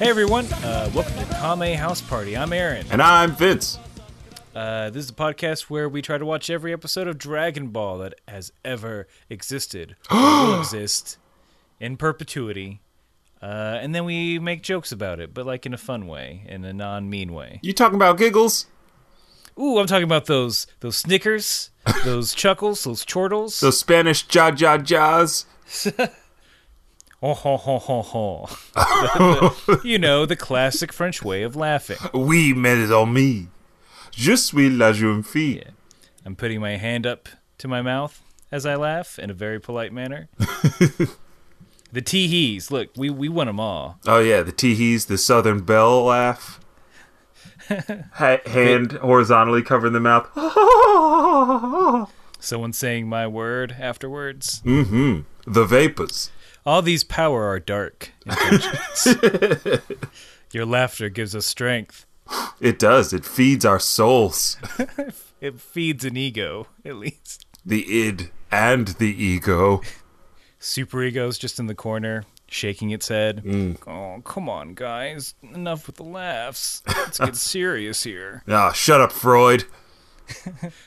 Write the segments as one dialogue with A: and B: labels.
A: Hey everyone, uh, welcome to Kame House Party. I'm Aaron.
B: And I'm Vince.
A: Uh, this is a podcast where we try to watch every episode of Dragon Ball that has ever existed, or will exist in perpetuity, uh, and then we make jokes about it, but like in a fun way, in a non-mean way.
B: You talking about giggles?
A: Ooh, I'm talking about those those Snickers, those chuckles, those chortles.
B: Those Spanish ja ja ja's?
A: Oh, ho, ho, ho, ho. The- the- you know the classic French way of laughing.
B: Oui, mes amis. Je suis la jeune fille.
A: I'm putting my hand up to my mouth as I laugh in a very polite manner. the tee hees. Look, we, we won them all.
B: Oh yeah, the teehees, the Southern belle laugh. ha- hand horizontally covering the mouth.
A: Someone saying my word afterwards.
B: the vapors.
A: All these power are dark intentions. Your laughter gives us strength.
B: It does. It feeds our souls.
A: It feeds an ego, at least.
B: The id and the ego.
A: Superego's just in the corner, shaking its head. Oh, come on, guys. Enough with the laughs. Let's get serious here.
B: Ah, shut up, Freud.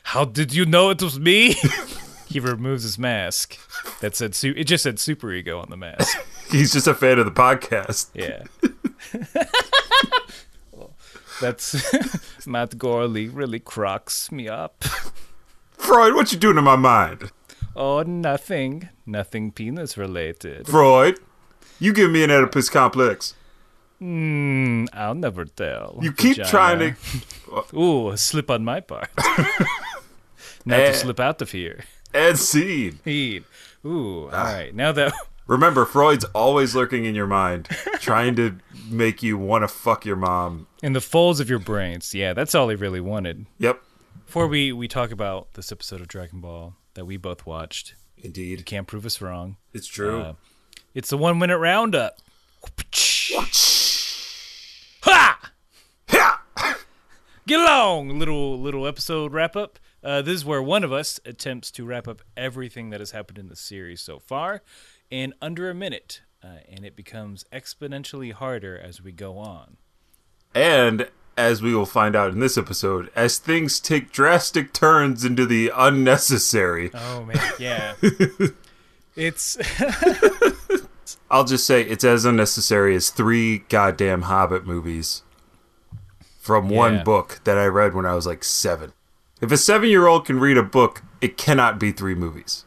A: How did you know it was me? he removes his mask. That said, su- it just said superego on the mask.
B: He's just a fan of the podcast.
A: Yeah. That's Matt Gorley really crocks me up.
B: Freud, what you doing to my mind?
A: Oh, nothing. Nothing penis related.
B: Freud, you give me an Oedipus complex.
A: Mm, I'll never tell.
B: You keep
A: Vagina.
B: trying to
A: Ooh, a slip on my part. Not
B: Eh.
A: to slip out of here.
B: add seed.
A: Ooh, all
B: Ah.
A: right. Now that
B: Remember, Freud's always lurking in your mind, trying to make you want to fuck your mom.
A: in the folds of your brains, yeah, that's all he really wanted.
B: Yep,
A: Before we, we talk about this episode of Dragon Ball that we both watched,
B: indeed,
A: can't prove us wrong.
B: it's true.
A: Uh, It's the one minute roundup. Ha!
B: Yeah!
A: Get along, little little episode wrap up. Uh, this is where one of us attempts to wrap up everything that has happened in the series so far in under a minute, uh, and it becomes exponentially harder as we go on.
B: And as we will find out in this episode, as things take drastic turns into the unnecessary,
A: Oh man, yeah. it's
B: I'll just say it's as unnecessary as three goddamn Hobbit movies from
A: Yeah.
B: one book that I read when I was like seven. If a seven year old can read a book, it cannot be three movies.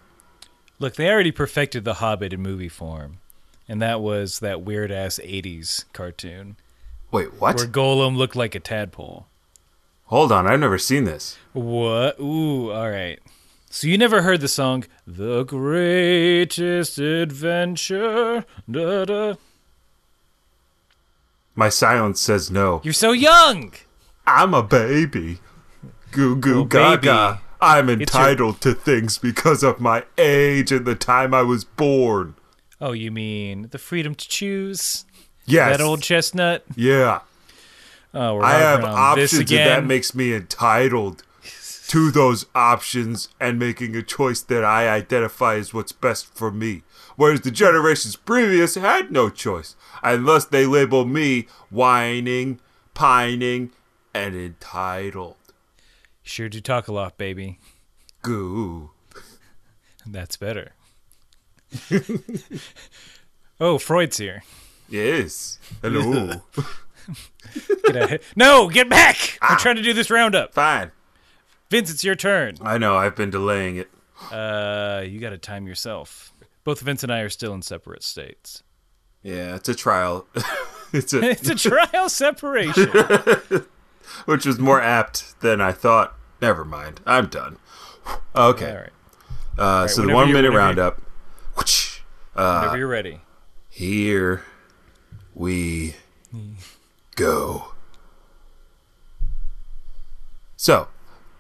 A: Look, they already perfected The Hobbit in movie form, and that was that weird ass 80s cartoon
B: Wait, what?
A: where Golem looked like a tadpole.
B: Hold on, I've never seen this.
A: What? Ooh, all right. So you never heard the song The Greatest Adventure? Da da.
B: My silence says no.
A: You're so young!
B: I'm a baby. Goo goo
A: Oh, baby.
B: gaga. I'm
A: It's your-
B: entitled to things because of my age and the time I was born.
A: Oh, you mean the freedom to choose?
B: Yes.
A: That old chestnut?
B: yeah.
A: Oh, we're
B: I have
A: harping on this
B: options, and
A: again.
B: that makes me entitled to those options and making a choice that I identify as what's best for me. Whereas the generations previous had no choice, unless they label me whining, pining, and entitled.
A: sure do talk a lot, baby.
B: Goo.
A: That's better. oh, Freud's here.
B: Yes. Hello.
A: Get out of here. No, get back! We're
B: Ah.
A: trying to do this roundup.
B: Fine.
A: Vince, it's your turn.
B: I know, I've been delaying it.
A: Uh, you got to time yourself. Both Vince and I are still in separate states.
B: Yeah, it's a trial. it's a
A: It's a trial separation.
B: which was more apt than I thought. Never mind. I'm done. Okay.
A: All right,
B: Uh, so the
A: whenever
B: one
A: you-
B: minute
A: whenever you-
B: roundup. Whoosh. Uh,
A: whenever you're ready.
B: Here we go. So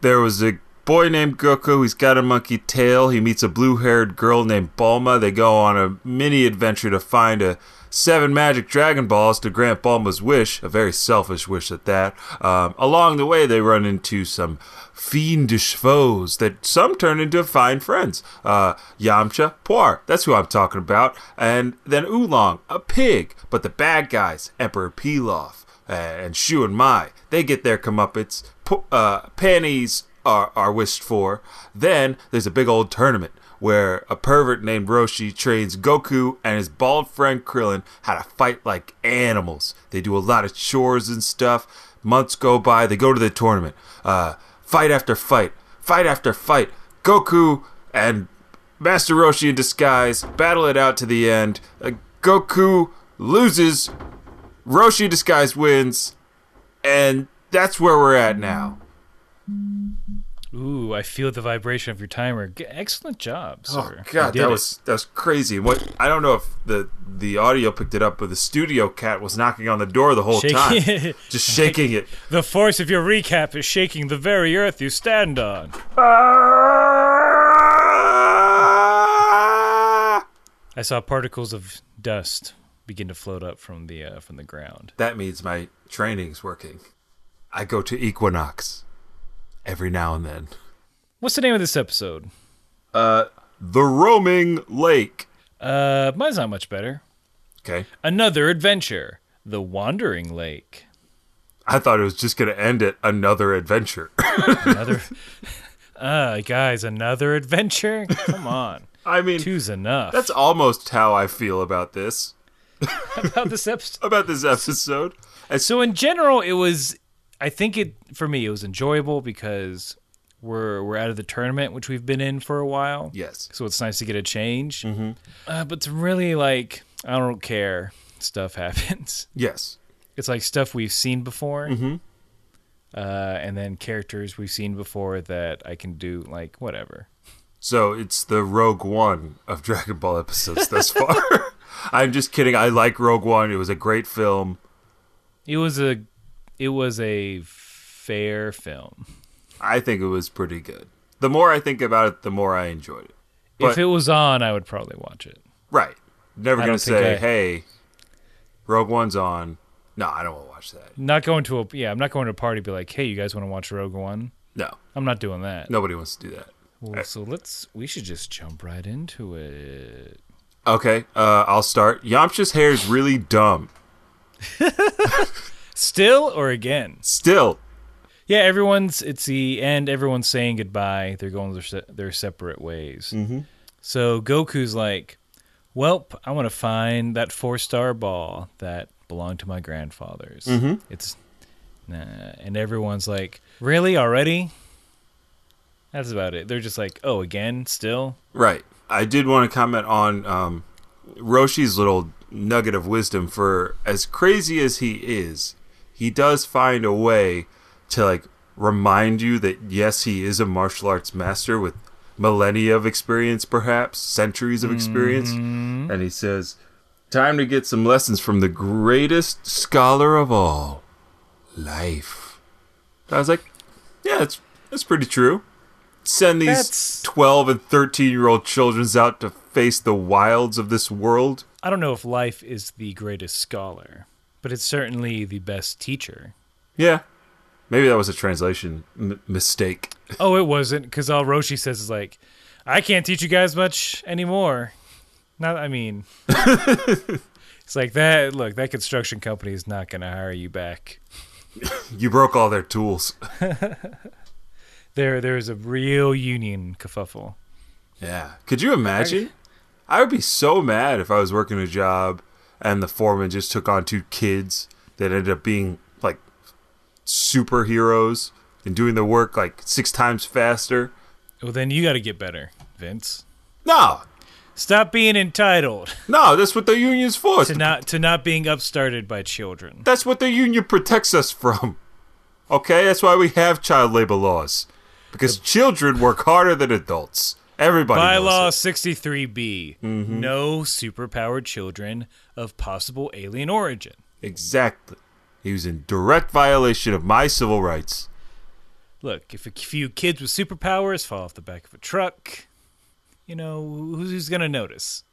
B: there was a boy named Goku. He's got a monkey tail. He meets a blue haired girl named Bulma. They go on a mini adventure to find a seven magic Dragon Balls to grant Bulma's wish, a very selfish wish at that. Um, along the way, they run into some fiendish foes that some turn into fine friends. Uh, Yamcha, Poir, that's who I'm talking about. And then Oolong, a pig. But the bad guys, Emperor Pilaf uh, and Shu and Mai, they get their comeuppance. P- uh, panties are, are wished for. Then there's a big old tournament where a pervert named Roshi trains Goku and his bald friend Krillin how to fight like animals. They do a lot of chores and stuff. Months go by, they go to the tournament. Uh, fight after fight, fight after fight. Goku and Master Roshi in disguise battle it out to the end. Uh, Goku loses, Roshi in disguise wins, and that's where we're at now.
A: Ooh, I feel the vibration of your timer. G- excellent job,
B: Oh
A: sir. You
B: god,
A: did
B: that
A: it.
B: was that was crazy. What I don't know if the the audio picked it up, but the studio cat was knocking on the door the whole
A: Shaking
B: time,
A: it.
B: just shaking it.
A: the force of your recap is shaking the very earth you stand on.
B: Ah!
A: I saw particles of dust begin to float up from the uh, from the ground.
B: That means my training's working. I go to Equinox every now and then.
A: What's the name of this episode?
B: The roaming lake.
A: Uh, mine's not much better.
B: Okay,
A: Another adventure, the Wandering Lake.
B: I thought it was just gonna end at another adventure.
A: Another, uh, guys, another adventure. Come on,
B: I mean,
A: two's enough.
B: that's almost how I feel about this
A: about this episode.
B: about this episode. As
A: So in general, it was. I think it for me it was enjoyable because we're we're out of the tournament, which we've been in for a while.
B: yes.
A: So it's nice to get a change. Mm-hmm. Uh, but to really like, I don't care. Stuff happens.
B: Yes.
A: It's like stuff we've seen before. Mm-hmm. Uh, and then characters we've seen before that I can do like whatever.
B: So it's the Rogue One of Dragon Ball episodes thus far. I'm just kidding. I like Rogue One. It was a great film.
A: It was a it was a fair film.
B: I think it was pretty good. The more I think about it, the more I enjoyed it. But-
A: if it was on, I would probably watch it.
B: Right. Never
A: I
B: going to
A: don't think I-
B: say, hey, Rogue One's on. No, I don't want to watch that.
A: Not going to a yeah, I'm not going to a party and be like, hey, you guys want to watch Rogue One?
B: No,
A: I'm not doing that.
B: nobody wants to do that.
A: Well, so let's we should just jump right into it.
B: Okay, uh, I'll start. Yamcha's hair is really dumb.
A: Still or again?
B: Still,
A: Yeah, everyone's it's the end. Everyone's saying goodbye. They're going their se- their separate ways. Mm-hmm. So Goku's like, "Welp, I want to find that four star ball that belonged to my grandfather's." It's nah. and everyone's like, "Really already?" That's about it. They're just like, "Oh, again, still."
B: Right. I did want to comment on um, Roshi's little nugget of wisdom for as crazy as he is, he does find a way to like remind you that yes, he is a martial arts master with millennia of experience, perhaps centuries of experience. And he says, Time to get some lessons from the greatest scholar of all life. I was like, Yeah, that's, that's pretty true. Send these
A: That's-
B: 12 and 13 year old children's out to face the wilds of this world.
A: I don't know if life is the greatest scholar, but it's certainly the best teacher.
B: Yeah. Maybe that was a translation m- mistake.
A: Oh, it wasn't because all Roshi says is like, "I can't teach you guys much anymore." Not, I mean, it's like that. Look, that construction company is not going to hire you back.
B: You broke all their tools.
A: There, there is a real union kerfuffle.
B: Yeah. Could you imagine? I would be so mad if I was working a job and the foreman just took on two kids that ended up being like superheroes and doing the work like six times faster.
A: Well, then you got to get better, Vince.
B: No,
A: Stop being entitled
B: no, that's what the union's for.
A: to not to not being upstarted by children.
B: That's what the union protects us from. Okay, that's why we have child labor laws. Because children work harder than adults. Everybody knows
A: Bylaw
B: it.
A: 63B:
B: Mm-hmm.
A: No superpowered children of possible alien origin.
B: Exactly. He was in direct violation of my civil rights.
A: Look, if a few kids with superpowers fall off the back of a truck, you know, who's, who's going to notice?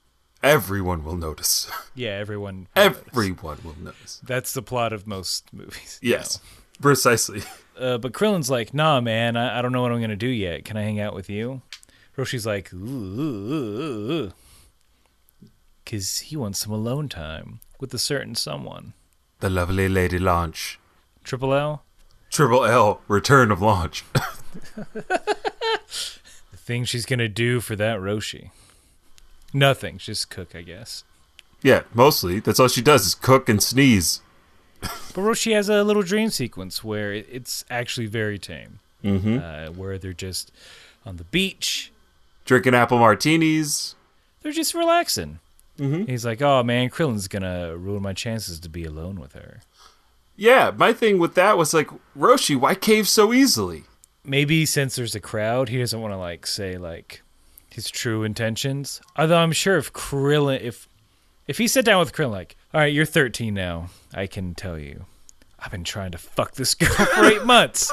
B: Everyone will notice.
A: Yeah, everyone. will notice.
B: Everyone will notice.
A: That's the plot of most movies.
B: Yes, precisely.
A: Uh, but Krillin's like, nah, man, I, I don't know what I'm going to do yet. Can I hang out with you? Roshi's like, ooh. Because he wants some alone time with a certain someone.
B: The lovely Lady Launch.
A: Triple L?
B: Triple L, return of launch.
A: The thing she's going to do for that Roshi. Nothing. Just cook, I guess.
B: yeah, mostly. That's all she does is cook and sneeze.
A: But Roshi has a little dream sequence where it- it's actually very tame. Mm-hmm. Uh, where they're just on the beach,
B: Drinking apple martinis.
A: they're just relaxing. Mm-hmm. He's like, oh man, Krillin's going to ruin my chances to be alone with her.
B: Yeah, my thing with that was like, Roshi, why cave so easily?
A: maybe since there's a crowd, he doesn't want to like say like his true intentions. Although I'm sure if Krillin, if if he sat down with Krillin, like, all right, you're 13 now. I can tell you, I've been trying to fuck this girl for eight months.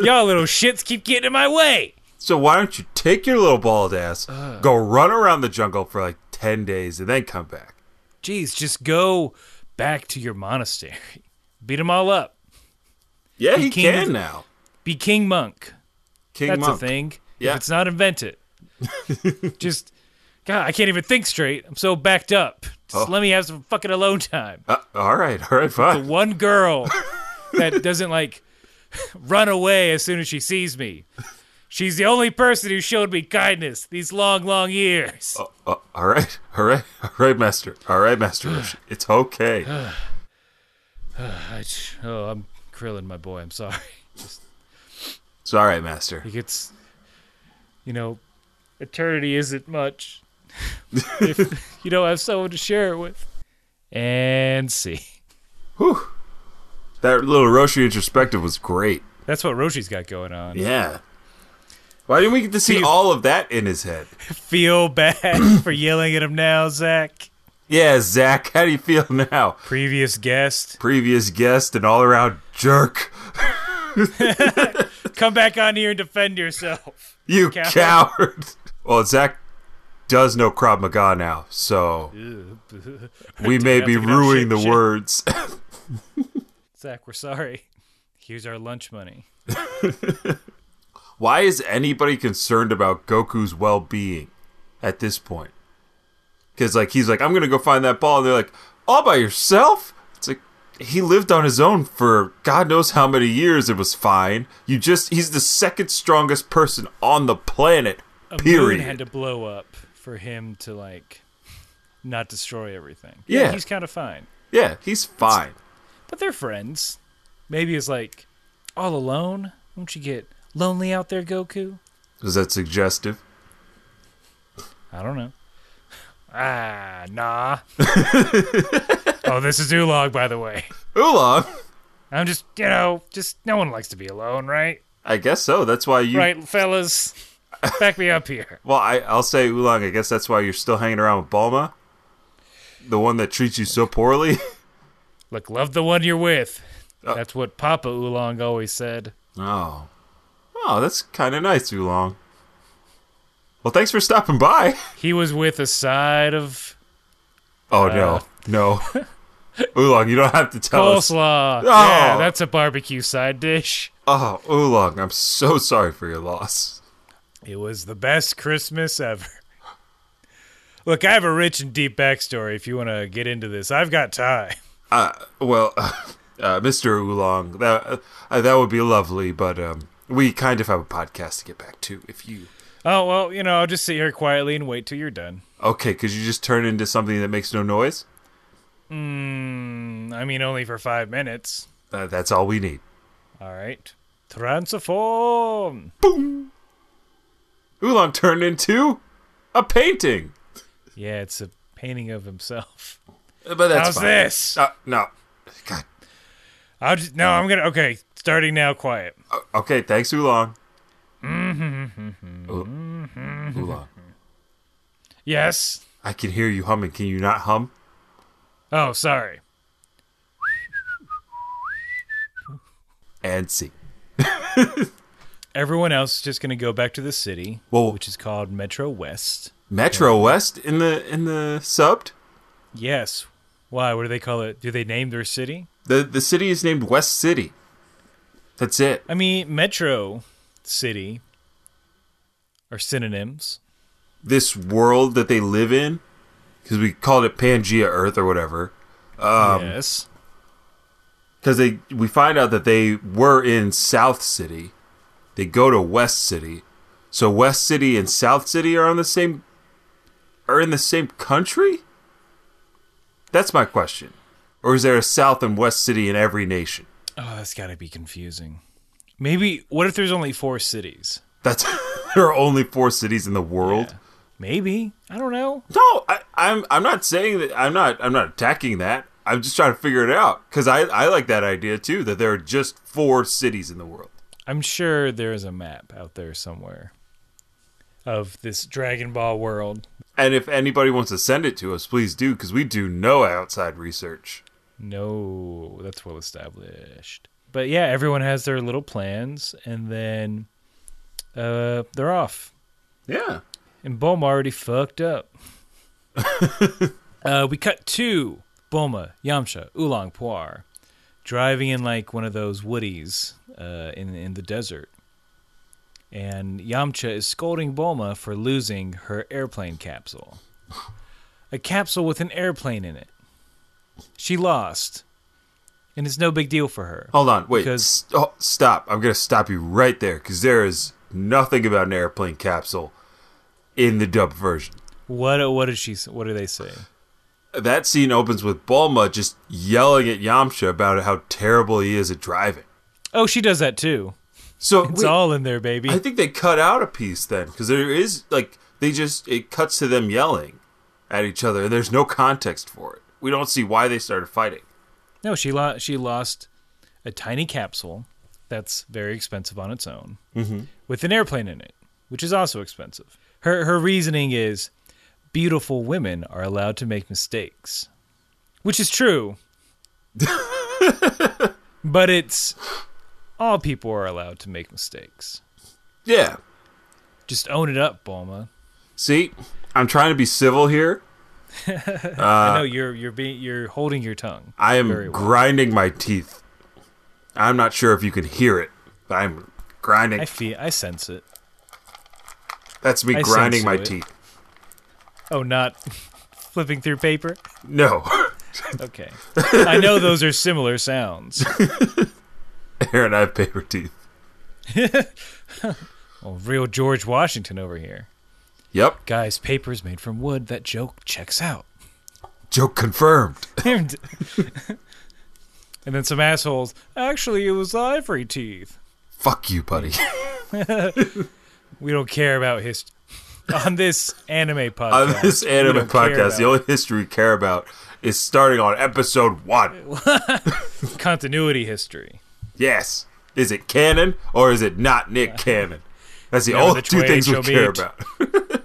A: Y'all little shits keep getting in my way.
B: So why don't you take your little bald ass,
A: Uh.
B: go run around the jungle for like 10 days, and then come back?
A: Jeez, just go back to your monastery, beat them all up,
B: Yeah, he
A: king
B: can
A: of-
B: now.
A: be king monk.
B: King
A: That's
B: Monk.
A: a thing.
B: Yeah.
A: If it's not, invent it. Just, God, I can't even think straight. I'm so backed up.
B: Oh.
A: Just let me have some fucking alone time.
B: Uh, all right, all right, fine.
A: One girl that doesn't like run away as soon as she sees me. She's the only person who showed me kindness these long, long years.
B: Uh, all right, all right, all right, Master. All right, Master Roshi. It's okay.
A: I j- oh, I'm Krillin, my boy. I'm sorry.
B: It's all right, Master.
A: He gets, you know, eternity isn't much if you don't have someone to share it with. And see.
B: That little Roshi introspective was great.
A: That's what Roshi's got going on.
B: Yeah. Why didn't we get to see
A: He's-
B: all of that in his head?
A: Feel bad for yelling at him now, Zach.
B: Yeah, Zach, how do you feel now?
A: Previous guest.
B: Previous guest and all around jerk.
A: Come back on here and defend yourself.
B: You
A: Coward.
B: coward. Well, Zach does know Krav Maga now, so we may
A: I
B: be
A: have to get out
B: ruining
A: shit,
B: the
A: shit.
B: words.
A: Zach, we're sorry. Here's our lunch money.
B: Why is anybody concerned about Goku's well being at this point? Because, like, he's like, I'm going to go find that ball. And they're like, all by yourself? It's like, he lived on his own for God knows how many years. It was fine. You just, he's the second strongest person on the planet.
A: A
B: period.
A: moon had to blow up for him to like not destroy everything.
B: Yeah.
A: he's kind of fine,
B: yeah, he's fine.
A: but they're friends. Maybe it's like all alone. Won't you get lonely out there, Goku?
B: Is that suggestive?
A: I don't know. Ah, nah. oh, this is Ulog, by the way.
B: Oolong?
A: I'm just, you know, just no one likes to be alone, right?
B: I guess so. That's why you.
A: Right, fellas? Back me up here.
B: Well, I, I'll say Oolong. I guess that's why you're still hanging around with Balma, the one that treats you so poorly.
A: Look, love the one you're with. That's what Papa Oolong always said.
B: Oh. Oh, that's kind of nice, Oolong. Well, thanks for stopping by.
A: He was with a side of
B: Oh,
A: Uh.
B: no. No. Oolong, you don't have to tell us.
A: coleslaw. Yeah,
B: Oh.
A: that's a barbecue side dish.
B: Oh, Oolong, I'm so sorry for your loss.
A: It was the best Christmas ever. Look, I have a rich and deep backstory if you want to get into this. I've got time.
B: Uh, well, uh, Mr. Oolong, that, uh, that would be lovely, but um, we kind of have a podcast to get back to if you.
A: Oh, well, you know, I'll just sit here quietly and wait till you're done.
B: Okay, could you just turn into something that makes no noise?
A: Mm, I mean, only for five minutes.
B: Uh, that's all we need.
A: All right. Transform.
B: Oolong turned into a painting.
A: Yeah, it's a painting of himself.
B: Uh, But that's
A: How's
B: fine.
A: this?
B: Uh, no. God.
A: I'll just no. I'm gonna okay. Starting now. Quiet.
B: Okay, thanks, Oolong. Ool- Oolong,
A: Yes.
B: I can hear you humming. Can you not hum?
A: Oh, sorry.
B: And see.
A: Everyone else is just going to go back to the city,
B: Well-
A: which is called Metro West.
B: Metro West in the in the subbed.
A: Yes. Why? What do they call it? Do they name their city?
B: The the city is named West City. That's it.
A: I mean, Metro City are synonyms.
B: This world that they live in, because we called it Pangea Earth or whatever.
A: yes.
B: Because they we find out that they were in South City. They go to West City, so West City and South City are on the same are in the same country. That's my question. Or is there a South and West City in every nation?
A: Oh, that's got to be confusing. Maybe. What if there's only four cities?
B: That's there are only four cities in the world.
A: Maybe. I don't know.
B: No, I, I'm I'm not saying that. I'm not I'm not attacking that. I'm just trying to figure it out because I I like that idea too that there are just four cities in the world.
A: I'm sure there is a map out there somewhere of this Dragon Ball world.
B: And if anybody wants to send it to us, please do because we do no outside research.
A: No, that's well established. But yeah, everyone has their little plans, and then uh, they're off.
B: Yeah.
A: And Bulma already fucked up. uh, we cut to Bulma, Yamcha, Oolong, Poir driving in like one of those woodies uh, in in the desert, and Yamcha is scolding Bulma for losing her airplane capsule, a capsule with an airplane in it. She lost, and it's no big deal for her.
B: Hold on. Wait.
A: Because-
B: S- oh, stop. I'm gonna stop you right there because there is nothing about an airplane capsule in the dub version.
A: What what did she? s- What do they say?
B: That scene opens with Bulma just yelling at Yamcha about how terrible he is at driving.
A: Oh, she does that too.
B: So
A: It's
B: wait,
A: all in there, baby.
B: I think they cut out a piece then because there is like they just it cuts to them yelling at each other and there's no context for it. We don't see why they started fighting.
A: No, she lost. She lost a tiny capsule that's very expensive on its own, with an airplane in it, which is also expensive. Her her reasoning is, beautiful women are allowed to make mistakes, which is true, but it's all people are allowed to make mistakes.
B: Yeah.
A: Just own it up, Bulma.
B: See, I'm trying to be civil here.
A: I know you're you're being you're holding your tongue.
B: I am
A: Very well.
B: grinding my teeth. I'm not sure if you can hear it, but I'm grinding.
A: I feel I sense it.
B: That's me
A: I
B: grinding
A: sense
B: my
A: it.
B: teeth.
A: Oh, not flipping through paper.
B: No,
A: Okay. I know those are similar sounds.
B: Aaron, I have paper teeth.
A: Oh, real George Washington over here.
B: Yep.
A: Guys, paper's made from wood. That joke checks out.
B: Joke confirmed.
A: and then some assholes. Actually, it was ivory teeth.
B: Fuck you, buddy.
A: We don't care about history. On this anime podcast.
B: On this
A: we
B: anime
A: don't care
B: podcast, the
A: about
B: only history we care about is starting on episode one.
A: continuity history.
B: Yes. Is it canon or is it not Nick Cannon? That's the
A: Never
B: only
A: the
B: two
A: twain
B: things we
A: shall
B: care
A: meet.
B: about.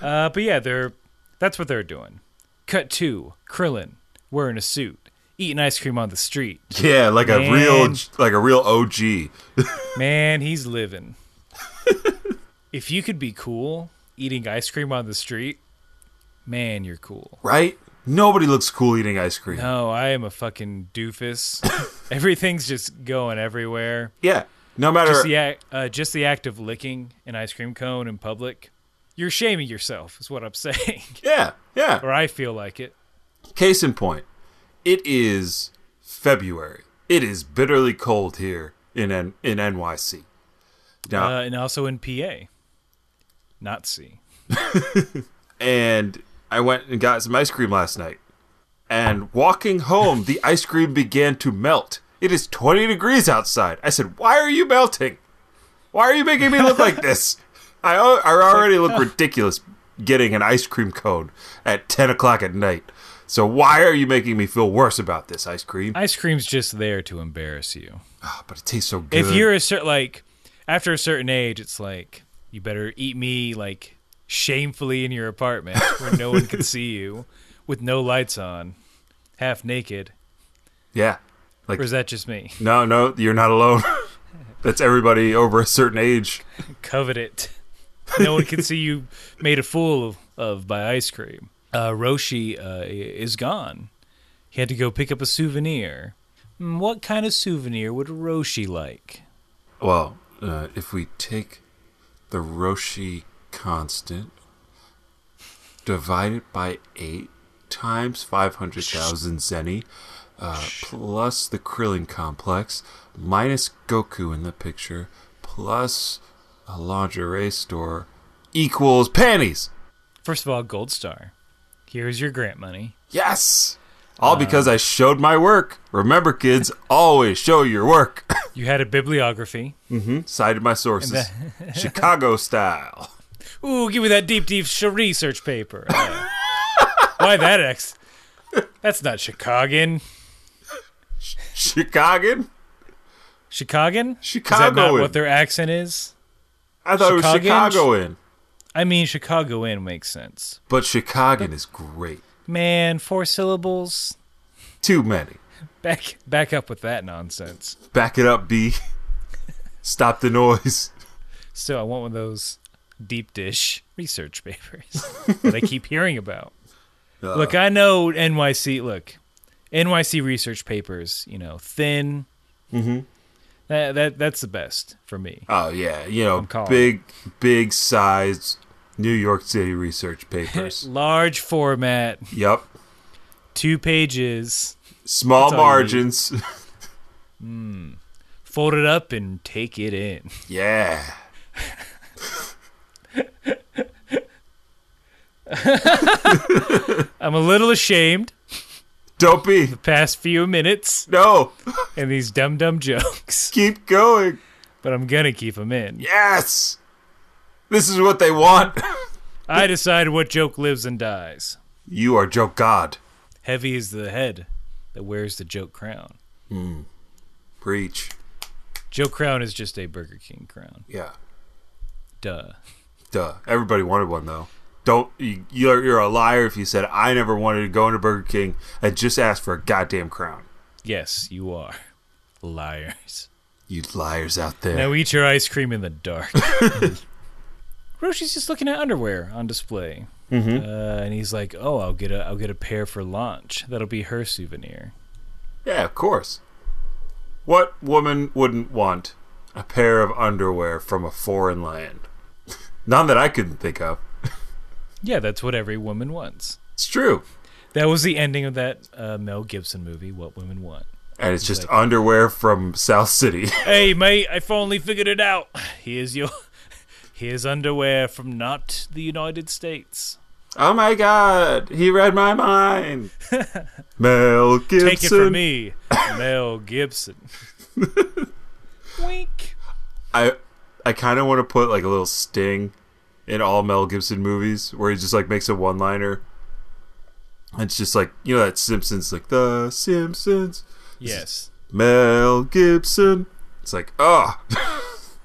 A: Uh, but yeah, they're that's what they're doing. Cut two. Krillin wearing a suit, eating ice cream on the street.
B: Yeah, like a real,
A: Man.
B: like a real OG.
A: Man, he's living. if you could be cool eating ice cream on the street, man, you're cool.
B: right? Nobody looks cool eating ice cream.
A: No, I am a fucking doofus. Everything's just going everywhere.
B: Yeah. No matter
A: Just the, act, uh, just the act of licking an ice cream cone in public, you're shaming yourself, is what I'm saying.
B: Yeah. Yeah.
A: or I feel like it.
B: Case in point. It is February. It is bitterly cold here in N- in NYC. Now,
A: Uh, and also in PA. Not C.
B: and I went and got some ice cream last night. And walking home, the ice cream began to melt. It is 20 degrees outside. I said, "Why are you melting? Why are you making me look like this? I, al- I already look ridiculous getting an ice cream cone at 10 o'clock at night. So why are you making me feel worse about this ice cream?
A: Ice cream's just there to embarrass you.
B: Ah, but it tastes so good.
A: Uh, if you're a certain like after a certain age it's like you better eat me like shamefully in your apartment where no one can see you with no lights on half naked
B: yeah,
A: or is that just me
B: no, no, you're not alone. That's everybody over a certain age.
A: Covet it. No one can see you made a fool of, of by ice cream. Uh, Roshi uh, i- is gone. He had to go pick up a souvenir. Hmm, What kind of souvenir would Roshi like?
B: Well, uh, if we take the Roshi constant, divide it by eight times 500,000 zenny, uh, plus the Krillin complex, minus Goku in the picture, plus a lingerie store, equals panties.
A: First of all, Gold Star. Here's your grant money.
B: Yes! All because I showed my work. Remember, kids, always show your work.
A: You had a bibliography.
B: Cited my sources. Chicago style.
A: Ooh, give me that deep, deep sh- research paper. Uh, why that X? That's not Chicagoan.
B: Chicago?
A: Chicagoan? Is that not
B: Chicagoan.
A: what their accent is?
B: I thought it was
A: Chicagoans?
B: Chicagoan.
A: I mean, Chicagoan makes sense.
B: But Chicagoan is great.
A: Man, four syllables.
B: Too many.
A: Back, back up with that nonsense.
B: Back it up, B. Stop the noise.
A: So I want one of those deep dish research papers that I keep hearing about.
B: Uh.
A: look, I know NYC. Look, NYC research papers. You know, thin. Mm-hmm. That, that that's the best for me.
B: Oh yeah, you know,
A: calling.
B: big, big size New York City research papers.
A: Large format,
B: yep.
A: two pages,
B: Small
A: That's all you need.
B: margins.
A: fold it up and take it in.
B: yeah.
A: I'm a little ashamed
B: Don't be.
A: past few minutes
B: No.
A: and these dumb dumb jokes,
B: Keep going.
A: but I'm gonna keep them in.
B: Yes. This is what they want.
A: I decide what joke lives and dies.
B: you are joke god.
A: Heavy is the head that wears the joke crown.
B: Preach.
A: Joke crown is just a Burger King crown.
B: Yeah.
A: Duh.
B: Duh. Everybody wanted one though. Don't you, you're you're a liar if you said I never wanted to go into Burger King and just ask for a goddamn crown.
A: Yes, you are. Liars.
B: You liars out there.
A: Now eat your ice cream in the dark. Roshi's just looking at underwear on display, uh, and he's like, "Oh, I'll get a, I'll get a pair for launch. That'll be her souvenir."
B: yeah, of course. What woman wouldn't want a pair of underwear from a foreign land? None that I couldn't think of.
A: Yeah, that's what every woman wants.
B: It's true.
A: That was the ending of that uh, Mel Gibson movie, What Women Want.
B: And it's just underwear from South City.
A: Hey, mate, I finally figured it out. Here's your, here's underwear from not the United States.
B: oh my god, he read my mind. Mel Gibson.
A: Take it from me, Mel Gibson. Wink.
B: I I kind of want to put like a little sting in all Mel Gibson movies where he just like makes a one liner. It's just like you know that Simpsons like the Simpsons
A: Yes.
B: Mel Gibson. It's like ah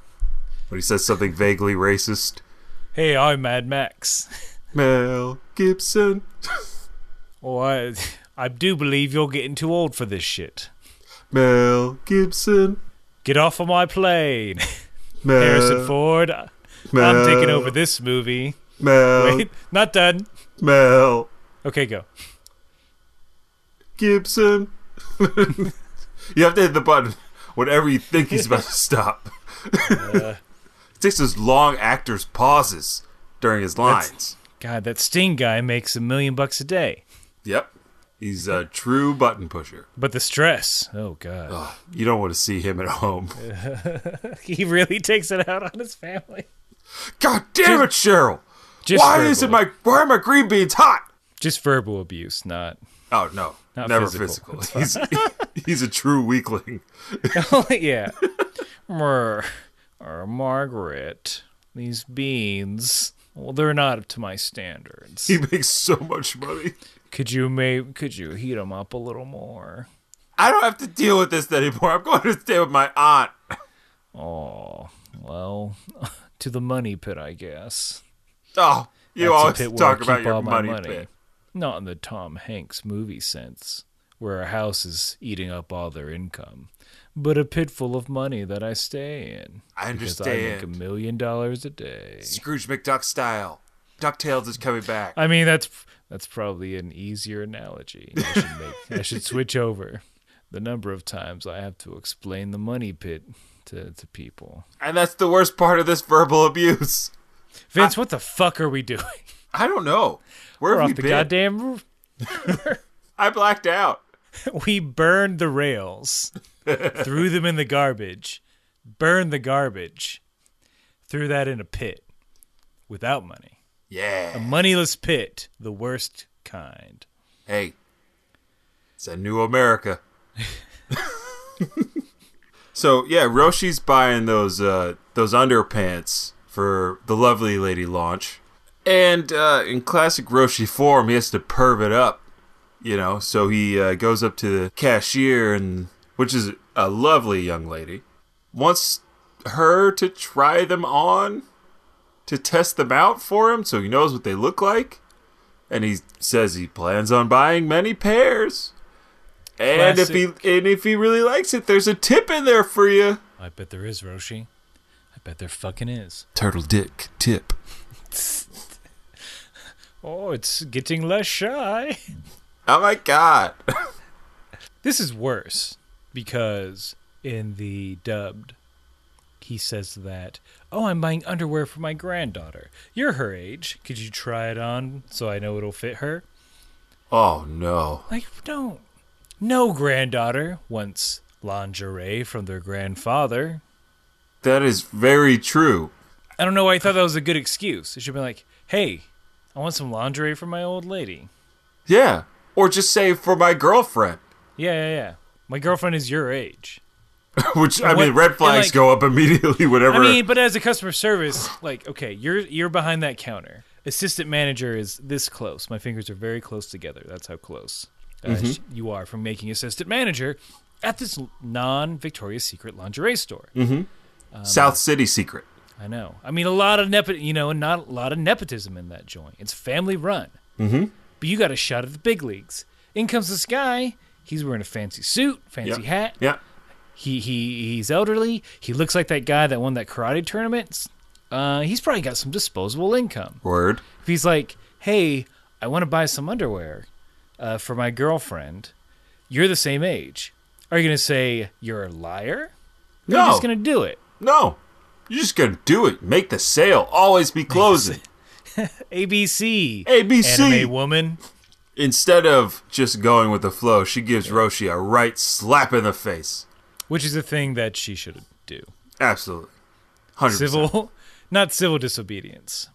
B: when he says something vaguely racist.
A: Hey, I'm Mad Max.
B: Mel Gibson.
A: Oh, I, I do believe you're getting too old for this shit.
B: Mel Gibson.
A: Get off of my plane,
B: Mel,
A: Harrison Ford. I- I'm
B: Mel-
A: taking over this movie.
B: Mel
A: Wait, not done.
B: Mel
A: Okay, go.
B: Gibson. you have to hit the button whenever you think he's about to stop. it takes those long actors' pauses during his lines.
A: God, that Sting guy makes a million bucks a day.
B: Yep. He's a true button pusher.
A: But the stress, oh God.
B: Ugh, you don't want to see him at home.
A: He really takes it out on his family.
B: God damn it, Cheryl!
A: Just
B: why
A: verbal.
B: isn't my why are my green beans hot?
A: Just verbal abuse, not.
B: Oh no,
A: Not
B: never
A: physical.
B: physical. He's he's a true weakling.
A: oh, yeah. Mer, or Margaret, these beans, well, they're not up to my standards.
B: He makes so much money.
A: Could you maybe could you heat them up a little more?
B: I don't have to deal with this anymore. I'm going to stay with my aunt.
A: Oh, well, to the money pit, I guess.
B: Oh, you
A: That's a
B: always
A: pit where I
B: talk
A: keep
B: about
A: all
B: your
A: my
B: money, pit.
A: Not in the Tom Hanks movie sense. where a house is eating up all their income, but a pit full of money that I stay in.
B: I
A: because I make a
B: understand.
A: million dollars a day.
B: Scrooge McDuck style. DuckTales is coming back.
A: I mean, that's that's probably an easier analogy. I should make. I should switch over. The number of times I have to explain the money pit to, to people.
B: And that's the worst part of this verbal abuse.
A: Vince, what the fuck are we doing?
B: I don't know. Where
A: We're
B: have
A: off
B: we
A: the
B: been?
A: goddamn roof.
B: I blacked out.
A: We burned the rails, threw them in the garbage, burned the garbage, threw that in a pit without money.
B: Yeah.
A: A moneyless pit, the worst kind.
B: hey. It's a new America. so yeah, Roshi's buying those uh those underpants for the lovely lady launch. And uh in classic Roshi form, he has to perv it up. You know, so he uh, goes up to the cashier and which is a lovely young lady. Wants her to try them on to test them out for him so he knows what they look like. And he says he plans on buying many pairs. And if he and if he really likes it, there's a tip in there for you.
A: I bet there is, Roshi. I bet there fucking is.
B: Turtle dick tip.
A: Oh, it's getting less shy.
B: Oh my god.
A: This is worse because in the dubbed, he says that, Oh, I'm buying underwear for my granddaughter. You're her age. Could you try it on so I know it'll fit her?
B: Oh no.
A: Like, don't. No granddaughter wants lingerie from their grandfather.
B: That is very true.
A: I don't know why I thought that was a good excuse. It should be like, Hey, I want some lingerie for my old lady.
B: Yeah. Or just say for my girlfriend.
A: Yeah, yeah, yeah. My girlfriend is your age.
B: Which I
A: What-
B: mean red
A: and,
B: flags
A: like-
B: go up immediately whenever
A: I mean, but as a customer service, like, okay, you're you're behind that counter. Assistant manager is this close. My fingers are very close together. That's how close uh, sh- you are from making assistant manager at this non Victoria's Secret lingerie store.
B: South City Secret.
A: I know. I mean, a lot of nepo- you know, not a lot of nepotism in that joint. It's family run. Mm-hmm. But you got a shot at the big leagues. In comes this guy. He's wearing a fancy suit, fancy
B: Yeah.
A: hat.
B: Yeah.
A: He he he's elderly. He looks like that guy that won that karate tournament. Uh, he's probably got some disposable income.
B: Word.
A: If he's like, "Hey, I want to buy some underwear uh, for my girlfriend," you're the same age. Are you gonna say you're a liar? Or You're
B: No.
A: just gonna do it.
B: No. You're just gonna do it. Make the sale. Always be closing.
A: ABC.
B: ABC.
A: Anime woman.
B: Instead of just going with the flow, she gives Roshi a right slap in the face.
A: Which is a thing that she should do.
B: Absolutely. 100%.
A: Civil, not civil disobedience.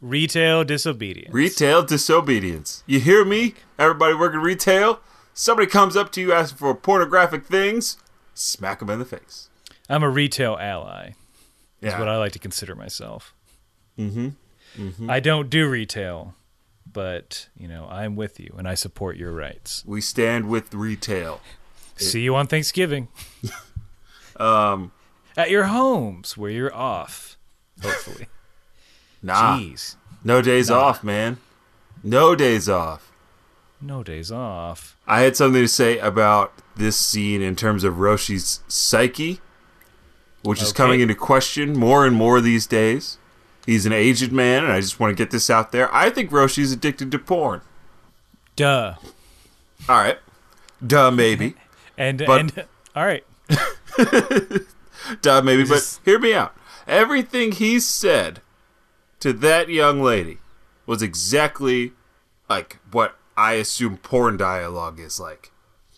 A: Retail disobedience.
B: Retail disobedience. You hear me? Everybody working retail? Somebody comes up to you asking for pornographic things, smack them in the face.
A: I'm a retail ally.
B: Yeah.
A: is what I like to consider myself. Mm-hmm. I don't do retail, but you know I'm with you and I support your rights.
B: we stand with retail.
A: See you on Thanksgiving. um, at your homes where you're off, hopefully.
B: Nah.
A: Jeez,
B: No days off, man. No days off.
A: no days off.
B: I had something to say about this scene in terms of Roshi's psyche, which is
A: Okay.
B: coming into question more and more these days. He's an aged man, and I just want to get this out there. I think Roshi's addicted to porn.
A: Duh.
B: All right. Duh, maybe.
A: And
B: But-
A: and all right.
B: Duh, maybe, but
A: Just-
B: hear me out. Everything he said to that young lady was exactly like what I assume porn dialogue is like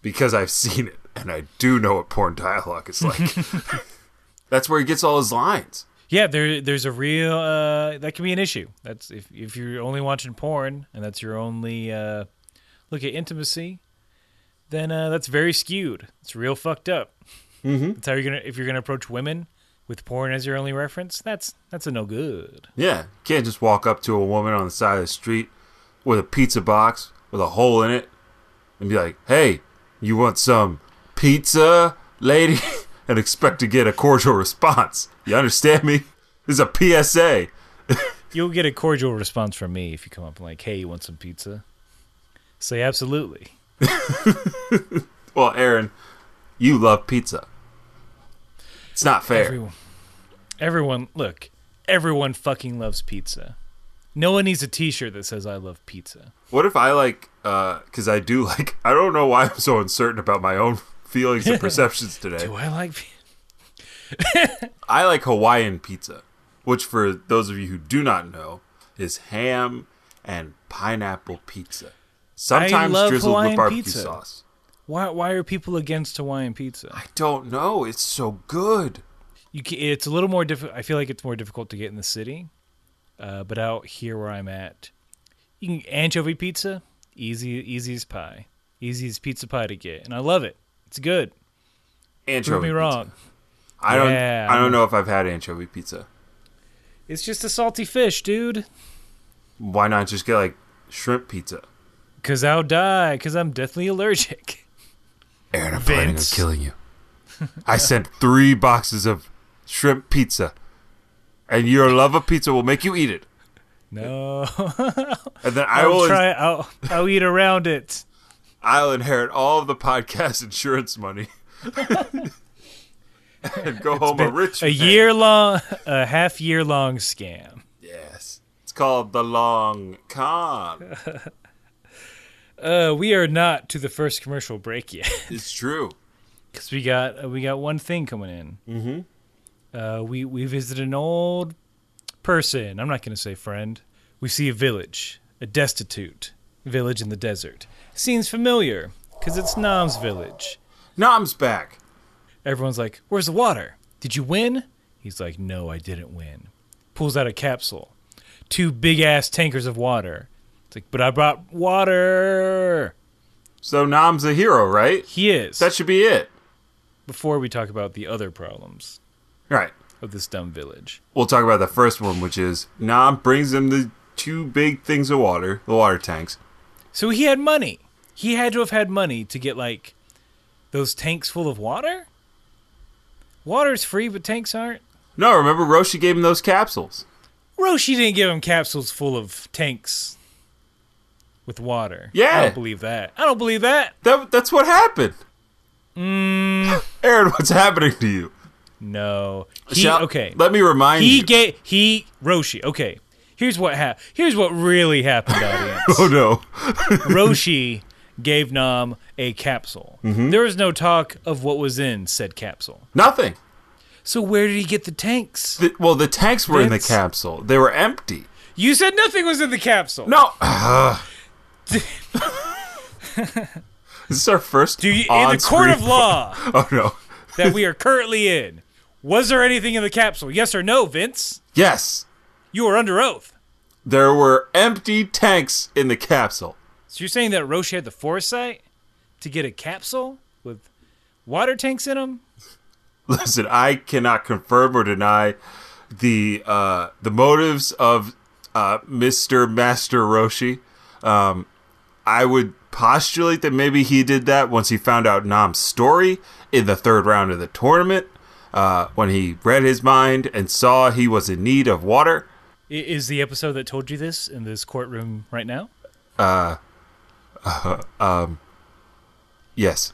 B: because I've seen it and I do know what porn dialogue is like. That's where he gets all his lines.
A: Yeah, there there's a real uh, that can be an issue. That's if if you're only watching porn and that's your only uh, look at intimacy, then uh, that's very skewed. It's real fucked up. Mm-hmm. That's how you're gonna if you're gonna approach women with porn as your only reference. That's that's a no good.
B: Yeah, can't just walk up to a woman on the side of the street with a pizza box with a hole in it and be like, "Hey, you want some pizza, lady?" and expect to get a cordial response. You understand me? This is a PSA.
A: You'll get a cordial response from me if you come up and like, "Hey, you want some pizza?" Say absolutely.
B: Well, Aaron, you love pizza. It's not fair.
A: Everyone, everyone, look, everyone fucking loves pizza. No one needs a T-shirt that says "I love pizza."
B: What if I like? Because I do like. I don't know why I'm so uncertain about my own feelings and perceptions today.
A: Do I like? pi-
B: I like Hawaiian pizza, which for those of you who do not know is ham and pineapple pizza, sometimes
A: love
B: drizzled
A: Hawaiian
B: with barbecue
A: pizza.
B: sauce.
A: Why? Why are people against Hawaiian pizza?
B: I don't know. It's so good.
A: You ca it's a little more difficult. I feel like it's more difficult to get in the city, uh, but out here where I'm at, you can anchovy pizza, easy, easy as pie, easy as pizza pie to get, and I love it. It's good. Prove
B: Anchovy
A: me
B: pizza.
A: wrong.
B: I don't.
A: Yeah.
B: I don't know if I've had anchovy pizza.
A: It's just a salty fish, dude.
B: Why not just get like shrimp pizza?
A: Cause I'll die. Cause I'm deathly allergic.
B: Aaron, I'm planning on
A: Vince.
B: killing you. I sent three boxes of shrimp pizza, and your love of pizza will make you eat it.
A: No,
B: And then I
A: I'll
B: will.
A: try. I'll, I'll eat around it.
B: I'll inherit all of the podcast insurance money. and go home a rich
A: A
B: man.
A: year long, a half year long scam.
B: Yes. It's called the long con.
A: Uh, we are not to the first commercial break yet
B: It's true.
A: because we got uh, we got one thing coming in. Mm-hmm. Uh, we we visit an old person. I'm not going to say friend. We see a village, a destitute village in the desert. Seems familiar because it's Nam's village.
B: Nom's back.
A: Everyone's like, Where's the water? Did you win? He's like, No, I didn't win. Pulls out a capsule. Two big ass tankers of water. It's like, But I brought water.
B: So Nom's a hero, right?
A: He is.
B: That should be it.
A: Before we talk about the other problems
B: All right.
A: of this dumb village.
B: we'll talk about the first one, which is Nam brings them the two big things of water, the water tanks.
A: So he had money. He had to have had money to get like those tanks full of water? Water's free, but tanks aren't.
B: No, remember Roshi gave him those capsules.
A: Roshi didn't give him capsules full of tanks with water. I
B: Yeah.
A: don't believe that. I don't believe that.
B: That that's what happened. Aaron, what's happening to you?
A: No. Mm. He,
B: Shall-
A: okay.
B: Let me remind
A: He
B: you.
A: gave he Roshi. Okay. Here's what ha- here's what really happened, audience.
B: oh no.
A: Roshi gave Nam a capsule.
B: Mm-hmm.
A: There was no talk of what was in said capsule.
B: Nothing.
A: So where did he get the tanks?
B: The- well, the tanks were in the
A: Vince?
B: capsule. They were empty.
A: You said nothing was in the capsule.
B: No. Ugh. this is our first
A: Do you, in the court
B: on-screen-
A: of law
B: Oh no.
A: that we are currently in, was there anything in the capsule? Yes or no, Vince?
B: Yes.
A: You are under oath.
B: There were empty tanks in the capsule.
A: So you're saying that Roshi had the foresight to get a capsule with water tanks in them?
B: Listen, I cannot confirm or deny the uh, the motives of uh, Mister Master Roshi. Um, I would postulate that maybe he did that once he found out Nam's story in the third round of the tournament. Uh, when he read his mind and saw he was in need of water,
A: I- Is the episode that told you this in this courtroom right now?
B: yes,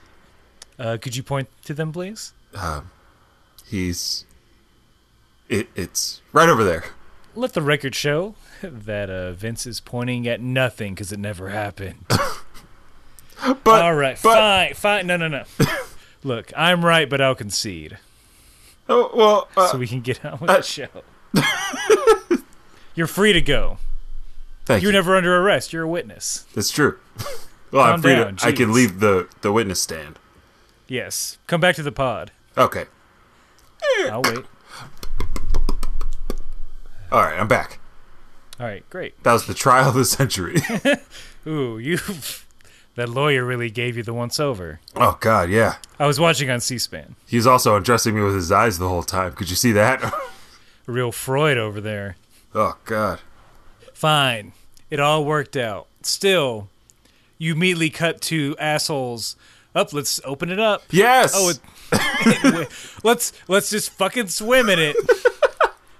A: Uh, could you point to them, please?
B: he's it, it's right over there.
A: Let the record show that uh, Vince is pointing at nothing because it never happened.
B: But
A: All right,
B: but
A: fine, fine. No, no, no. Look, I'm right, but I'll concede
B: oh, well, uh,
A: so we can get on with the show. You're free to go.
B: thank
A: You're
B: you.
A: never under arrest. You're a witness.
B: That's true. well, I'm
A: Calm
B: free
A: down,
B: to, I can
A: jeez.
B: leave the the witness stand.
A: Yes. Come back to the pod.
B: Okay.
A: I'll wait.
B: All right, I'm back.
A: All right, great.
B: That was the trial of the century.
A: Ooh, you. That lawyer really gave you the once over.
B: oh God, yeah.
A: I was watching on C SPAN.
B: He was also undressing me with his eyes the whole time. Could you see that?
A: Real Freud over there.
B: oh God.
A: Fine. It all worked out. Still, you immediately cut to assholes. Up, let's open it up.
B: Yes.
A: Oh, it, let's let's just fucking swim in it.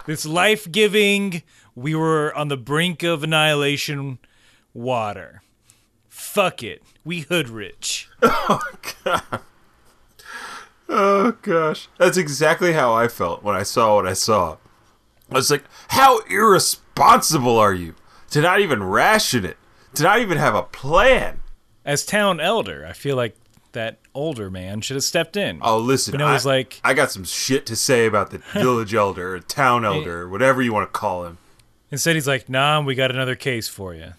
A: this life-giving, we were on the brink of annihilation water. Fuck it. We hood rich.
B: Oh gosh, that's exactly how I felt when I saw what I saw. I was like, "How irresponsible are you to not even ration it, to not even have a plan?"
A: As town elder, I feel like that older man should have stepped in.
B: Oh, listen,
A: But no,
B: I,
A: it's like-
B: I got some shit to say about the village elder or town elder, or whatever you want to call him.
A: Instead, he's like, "Nah, we got another case for you.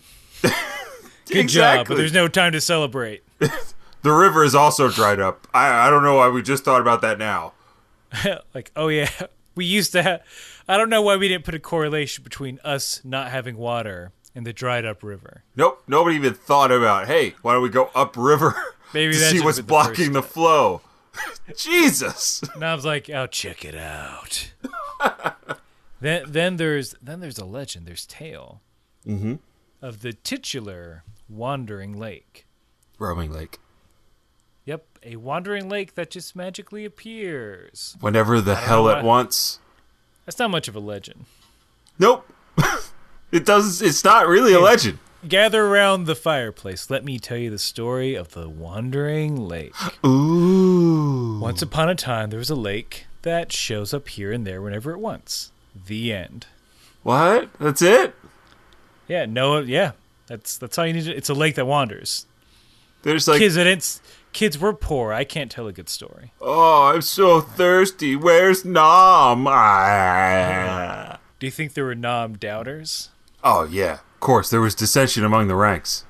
A: Good job, but
B: exactly.
A: there's no time to celebrate."
B: the river is also dried up. I I don't know why we just thought about that now.
A: like, oh yeah, we used to. Ha- I don't know why we didn't put a correlation between us not having water and the dried up river.
B: Nope, nobody even thought about. Hey, why don't we go upriver
A: Maybe
B: to
A: that
B: see
A: should've
B: what's
A: been the first
B: blocking the flow? Jesus.
A: And I was like, oh, check it out. then, then there's then there's a legend. There's tale of the titular wandering lake.
B: Roaming Lake.
A: Yep, a wandering lake that just magically appears.
B: Whenever the hell
A: know
B: it
A: why.
B: wants.
A: That's not much of a legend.
B: Nope. it doesn't. It's not really a legend.
A: Gather around the fireplace. Let me tell you the story of the wandering lake.
B: Ooh.
A: Once upon a time, there was a lake that shows up here and there whenever it wants. The end.
B: What? That's it?
A: Yeah, no, yeah. That's that's all you need. To, it's a lake that wanders.
B: There's like,
A: Kids, and it's kids. We're poor. I can't tell a good story.
B: oh, I'm so thirsty. Where's Nom? Ah.
A: Do you think there were nom doubters?
B: Oh yeah. Of course, there was dissension among the ranks.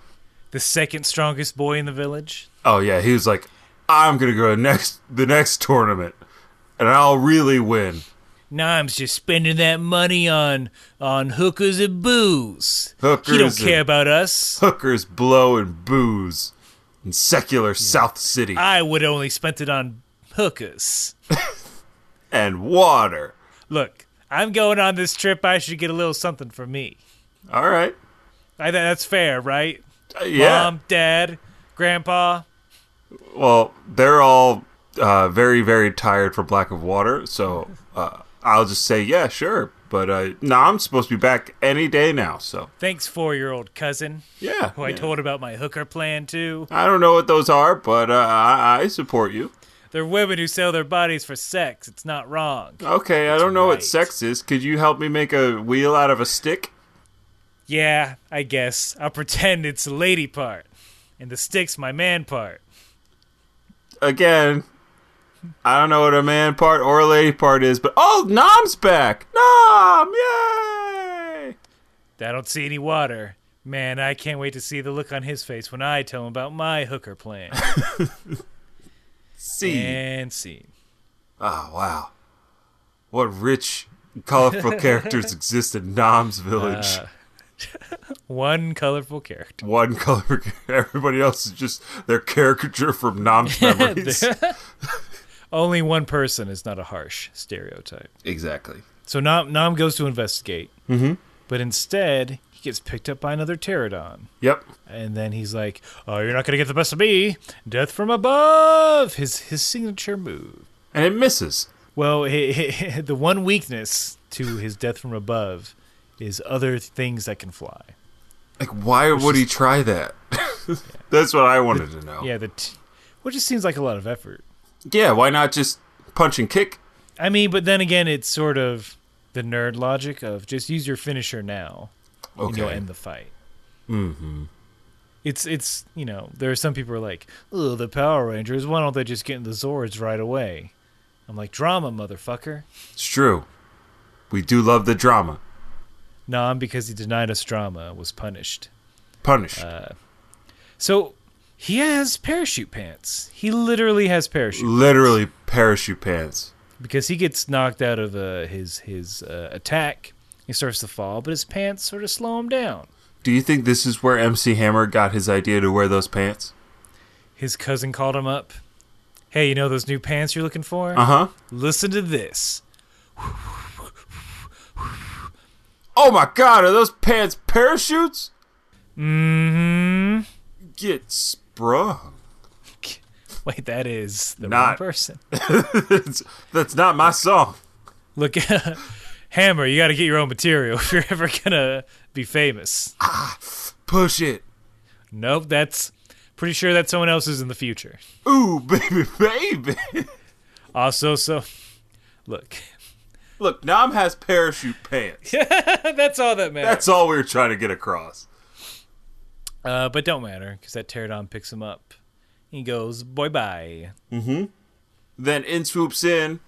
A: The second strongest boy in the village.
B: Oh yeah, he was like, I'm gonna go to next the next tournament, and I'll really win.
A: Nom's just spending that money on on hookers and booze. he don't
B: Hookers and-
A: care about us.
B: Hookers, blow, and booze in secular South City
A: I would have only spent it on hookers.
B: and water.
A: Look, I'm going on this trip. I should get a little something for me.
B: All right.
A: I, that, that's fair, right?
B: Uh, yeah.
A: Mom, dad, grandpa.
B: Well, they're all uh, very, very tired from lack of water, so uh, I'll just say, yeah, sure. But uh, no, I'm supposed to be back any day now, so
A: Thanks, four year old cousin,
B: yeah.
A: who Oh, I
B: yeah.
A: told about my hooker plan to.
B: I don't know what those are, but uh, I, I support you.
A: They're women who sell their bodies for sex. It's not wrong.
B: Okay, I don't know what
A: right.
B: sex is. Could you help me make a wheel out of a stick?
A: Yeah, I guess. I'll pretend it's the lady part, and the stick's my man part.
B: Again, I don't know what a man part or a lady part is, but oh, Nom's back! Nom! Yay!
A: I don't see any water. Man, I can't wait to see the look on his face when I tell him about my hooker plan.
B: See.
A: and scene.
B: Oh, wow. What rich, colorful characters exist in Nom's village.
A: One colorful character.
B: One color, everybody else is just their caricature from Nom's memories.
A: Only one person is not a harsh stereotype.
B: exactly.
A: So Nam, Nam goes to investigate, mm-hmm. but instead he gets picked up by another pterodon.
B: Yep.
A: And then he's like, "Oh, you're not gonna get the best of me! Death from above!" His his signature move.
B: And it misses.
A: Well, the one weakness to his death from above is other things that can fly.
B: Like, why would he try that? That's what I wanted to know.
A: Yeah, the t- which just seems like a lot of effort.
B: Yeah, why not just punch and kick?
A: I mean, but then again, it's sort of the nerd logic of just use your finisher now. and you'll
B: Okay.
A: end the fight. Mm-hmm. It's it's you know there are some people who are like, oh the Power Rangers, why don't they just get in the Zords right away? I'm like drama, motherfucker.
B: It's true. We do love the drama.
A: Nam, because he denied us drama, was punished.
B: Punish.
A: So he has parachute pants. He literally has parachute
B: Literally parachute pants.
A: because he gets knocked out of uh, his his uh, attack. He starts to fall, but his pants sort of slow him down.
B: Do you think this is where MC Hammer got his idea to wear those pants?
A: His cousin called him up. Hey, you know those new pants you're looking for?
B: Uh huh.
A: Listen to this.
B: Oh my god, are those pants parachutes? Mm-hmm. Get sprung.
A: Wait, that is the wrong
B: Not-
A: person.
B: That's- That's not my song.
A: Look, Hammer, you got to get your own material if you're ever gonna be famous.
B: Push it.
A: Nope, that's pretty sure that someone else is in the future.
B: Ooh, baby, baby.
A: Also, so look,
B: Look, Nam has parachute pants.
A: that's all that matters.
B: That's all we were trying to get across.
A: Uh, but don't matter because that pterodon picks him up. He goes bye bye.
B: Then in swoops in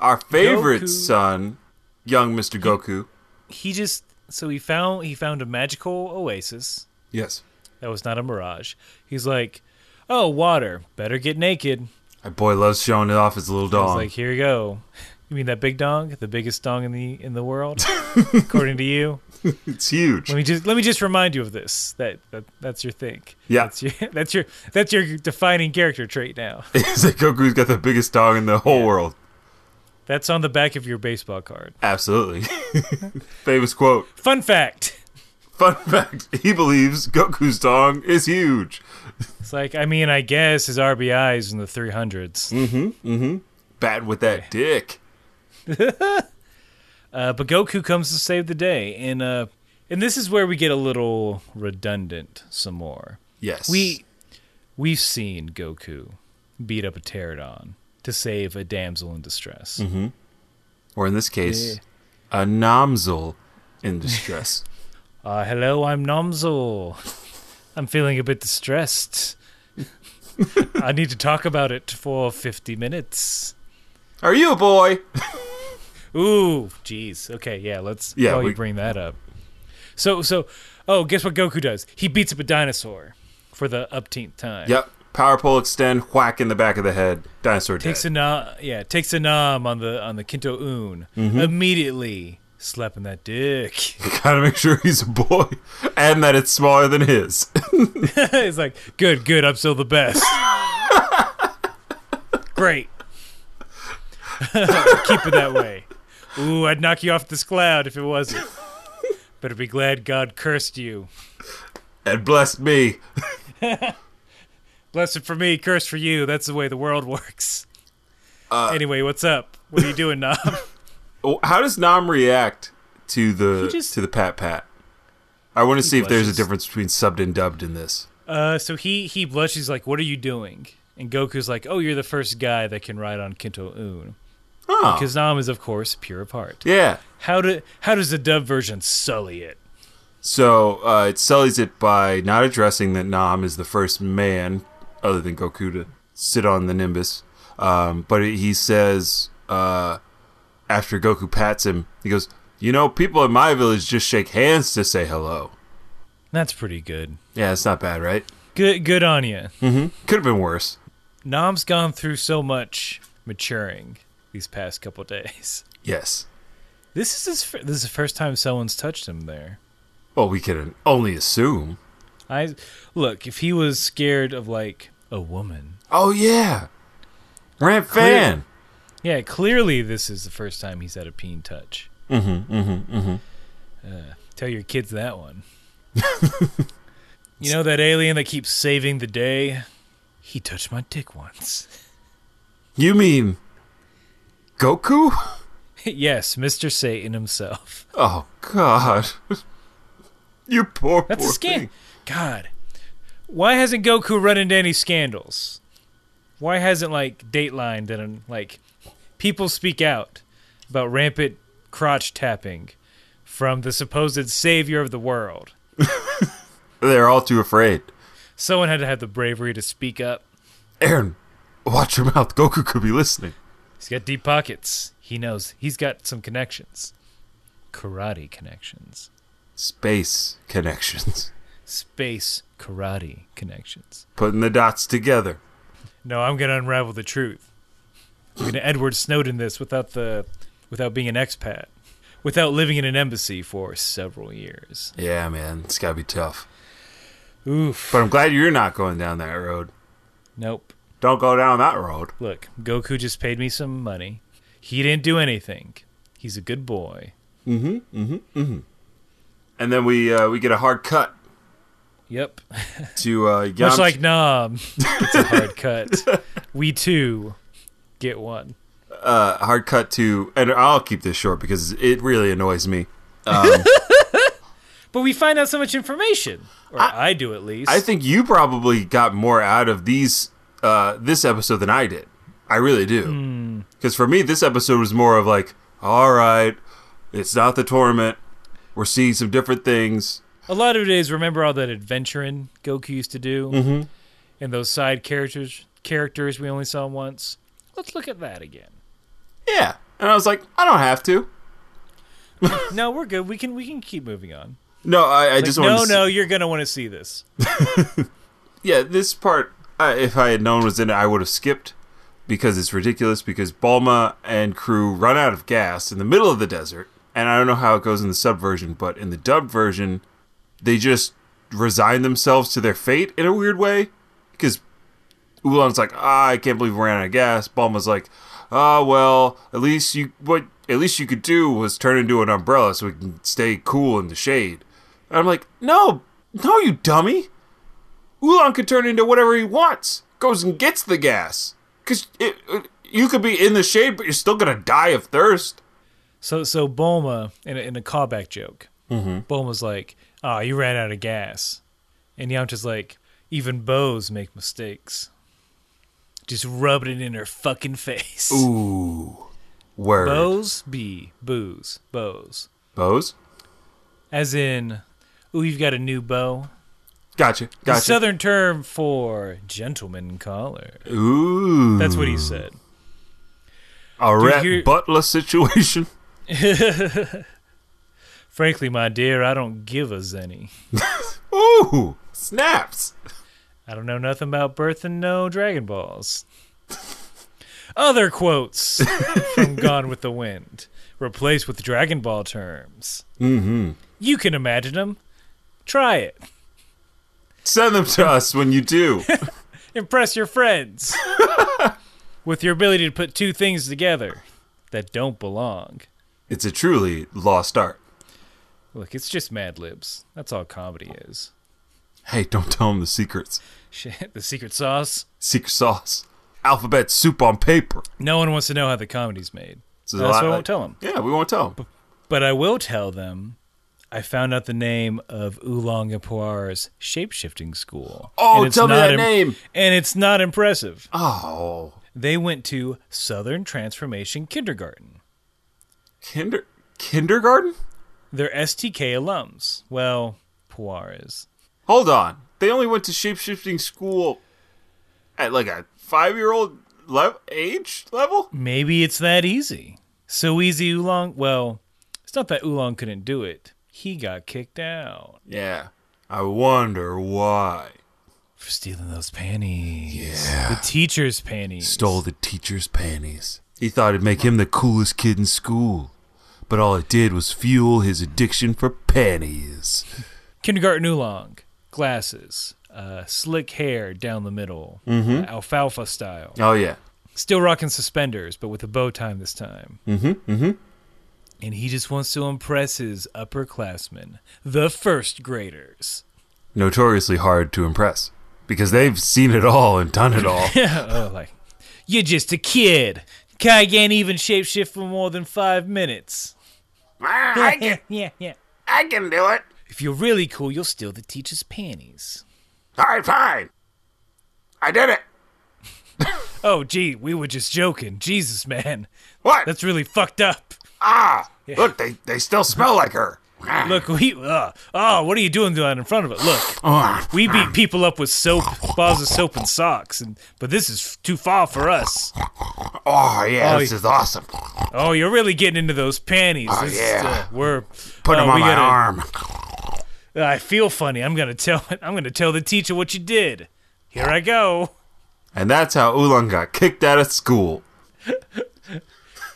B: our favorite
A: Goku.
B: son, young Mr. Goku.
A: He just so he found he found a magical oasis
B: Yes.
A: that was not a mirage. He's like, oh water, better get naked.
B: That boy loves showing off his
A: I
B: little
A: was
B: dong.
A: like, here you go. You mean that big dong, the biggest dong in the in the world, according to you?
B: it's huge.
A: Let me just let me just remind you of this. That, that that's your thing.
B: Yeah.
A: that's your that's your that's your defining character trait now.
B: it's like Goku's got the biggest dong in the whole world.
A: That's on the back of your baseball card.
B: Absolutely. Famous quote.
A: Fun fact.
B: Fun fact he believes Goku's dong is huge.
A: It's like I mean, I guess his RBI is in the three hundreds.
B: Batting with that dick.
A: Uh, but Goku comes to save the day, and uh, and this is where we get a little redundant some more.
B: Yes.
A: We we've seen Goku beat up a pterodon to save a damsel in distress.
B: Or in this case, a nomzel in distress.
A: Uh, hello, I'm Nomzul. I'm feeling a bit distressed. I need to talk about it for 50 minutes.
B: Are you a boy?
A: Ooh, jeez. Okay, yeah, let's
B: Yeah,
A: yeah,
B: we-
A: you bring that up. So so oh, guess what Goku does? He beats up a dinosaur for the upteenth time.
B: Yep. Power pole extend, whack in the back of the head. Dinosaur
A: Takes
B: dead.
A: a nom yeah, takes a nom on the on the Kinto Un.
B: Mm-hmm.
A: Immediately slapping that dick.
B: Gotta make sure he's a boy and that it's smaller than his.
A: It's like, good, good, I'm still the best. Great. Keep it that way. Ooh, I'd knock you off this cloud if it wasn't. Better be glad God cursed you.
B: and bless me.
A: Blessed for me, cursed for you. That's the way the world works. anyway, what's up? What are you doing, Nom?
B: How does Nam react to the
A: just-
B: to the pat pat? I want to see if there's a
A: blushes.
B: difference between subbed and dubbed in this.
A: uh, so he he blushes like, "What are you doing?" And Goku's like, "Oh, you're the first guy that can ride on Kinto Un."
B: Oh,
A: Because Nam is, of course, pure of heart.
B: yeah.
A: How do how does the dub version sully it?
B: So uh, it sullies it by not addressing that Nam is the first man, other than Goku, to sit on the Nimbus. Um, but he says, uh, after Goku pats him, he goes, You know, people in my village just shake hands to say hello.
A: That's pretty good.
B: Yeah, it's not bad, right?
A: Good, good on you.
B: Could have been worse.
A: Nam's gone through so much maturing these past couple days.
B: Yes.
A: This is his, fir- this is the first time someone's touched him there.
B: Well, we can only assume.
A: I look if he was scared of like a woman.
B: Oh, yeah. Ramp fan.
A: Yeah, clearly this is the first time he's had a peen touch. Mm-hmm. Mm-hmm. Mm-hmm. Uh, tell your kids that one. you know that alien that keeps saving the day? He touched my dick once.
B: You mean Goku?
A: yes, Mister Satan himself.
B: Oh, God. you poor,
A: That's
B: poor
A: a
B: thing.
A: scam. God, why hasn't Goku run into any scandals? Why hasn't like Dateline done like people speak out about rampant crotch tapping from the supposed savior of the world?
B: They're all too afraid.
A: Someone had to have the bravery to speak up.
B: Aaron, watch your mouth. Goku could be listening.
A: He's got deep pockets. He knows he's got some connections, karate connections,
B: Space connections.
A: space karate connections.
B: Putting the dots together.
A: No, I'm gonna unravel the truth. I'm gonna Edward Snowden this without the without being an expat. Without living in an embassy for several years.
B: Yeah, man. It's got to be tough.
A: Oof.
B: But I'm glad you're not going down that road.
A: Nope.
B: Don't go down that road.
A: Look, Goku just paid me some money. He didn't do anything. He's a good boy.
B: And then we uh, we get a hard cut
A: Yep.
B: to uh,
A: Much
B: Yamcha.
A: like Nom gets a hard cut. We too get one.
B: uh, hard cut to, and I'll keep this short because it really annoys me.
A: But we find out so much information, or I, do at least.
B: I think you probably got more out of these uh, this episode than I did. I really
A: Hmm.
B: do. Because for me, this episode was more of like, all right, it's not the tournament. We're seeing some different things.
A: a lot of it is remember all that adventuring Goku used to do, mm-hmm. and those side characters characters we only saw once. Let's look at that again.
B: Yeah, and I was like, I don't have to.
A: No, we're good. We can we can keep moving on.
B: No, I, I just wanted
A: no,
B: to see-
A: no, you're gonna want to see this.
B: yeah, this part, uh, if I had known was in it, I would have skipped because it's ridiculous. Because Balma and crew run out of gas in the middle of the desert, and I don't know how it goes in the sub version, but in the dub version, they just resign themselves to their fate in a weird way. Because Ulan's like, ah, I can't believe we ran out of gas. Balma's like, ah, well, at least you what at least you could do was turn into an umbrella so we can stay cool in the shade. And I'm like, no, no, you dummy. Ulan could turn into whatever he wants. Goes and gets the gas. Cause it, it- you could be in the shade, but you're still gonna die of thirst.
A: So so Bulma in a, in a callback joke,
B: Mm-hmm.
A: Bulma's like, "Ah, you ran out of gas," and Yamcha's like, "Even bows make mistakes." Just rubbing it in her fucking face.
B: Ooh, word.
A: Bows be booze bows,
B: Bows.
A: as in, "Ooh, you've got a new bow."
B: Gotcha.
A: The
B: Gotcha.
A: Southern term for gentleman caller.
B: Ooh.
A: That's what he said.
B: a rat
A: here-
B: butler situation.
A: Frankly, my dear, I don't give us any.
B: Ooh, snaps.
A: I don't know nothing about birth and no Dragon Balls. Other quotes from Gone with the Wind, replaced with Dragon Ball terms. Mm-hmm. You can imagine them. Try it.
B: Send them to us when you do.
A: Impress your friends with your ability to put two things together that don't belong.
B: It's a truly lost art.
A: Look, it's just Mad Libs. That's all comedy is.
B: Hey, don't tell them the secrets.
A: Shit, the secret sauce.
B: Secret sauce. Alphabet soup on paper.
A: No one wants to know how the comedy's made.
B: So
A: That's why I won't tell them.
B: Yeah, we won't tell them.
A: But I will tell them I found out the name of Oolong and Poir's shapeshifting school.
B: Oh,
A: And it's
B: tell me
A: not
B: that name.
A: And it's not impressive.
B: Oh.
A: They went to Southern Transformation Kindergarten.
B: Kinder kindergarten?
A: They're STK alums. Well, Poir is.
B: Hold on. They only went to shapeshifting school at like a five year old le- age level?
A: Maybe it's that easy. So easy, Oolong. Well, it's not that Oolong couldn't do it. He got kicked out
B: Yeah. I wonder why.
A: for stealing those panties. Yeah. The teacher's panties.
B: Stole the teacher's panties. He thought it'd make him the coolest kid in school. But all it did was fuel his addiction for panties.
A: kindergarten oolong glasses uh, slick hair down the middle uh, alfalfa style
B: Oh, yeah.
A: still rocking suspenders but with a bow tie this time mm-hmm, mm-hmm. and he just wants to impress his upperclassmen the first graders
B: Notoriously hard to impress because they've seen it all and done it all.
A: oh like you're just a kid Kai can't even shapeshift for more than five minutes
B: Ah, I,
A: yeah yeah yeah
B: I can do it.
A: if you're really cool you'll steal the teacher's panties
B: All right, fine. I did it.
A: oh gee we were just joking jesus man
B: What?
A: that's really fucked up
B: ah, look, they, they still smell like her.
A: Look, we. Uh, oh, what are you doing down in front of it? Look, we beat people up with soap, bars of soap, and socks, and but this is too far for us.
B: Oh yeah,
A: Oh,
B: this
A: yeah.
B: is awesome.
A: Oh, you're really getting into those panties. This is,
B: Oh, yeah.
A: uh, we're oh,
B: Put them on
A: we
B: my
A: gotta-
B: arm.
A: I feel funny. I'm gonna tell. I'm gonna tell the teacher what you did. Here I go.
B: And that's how Oolong got kicked out of school.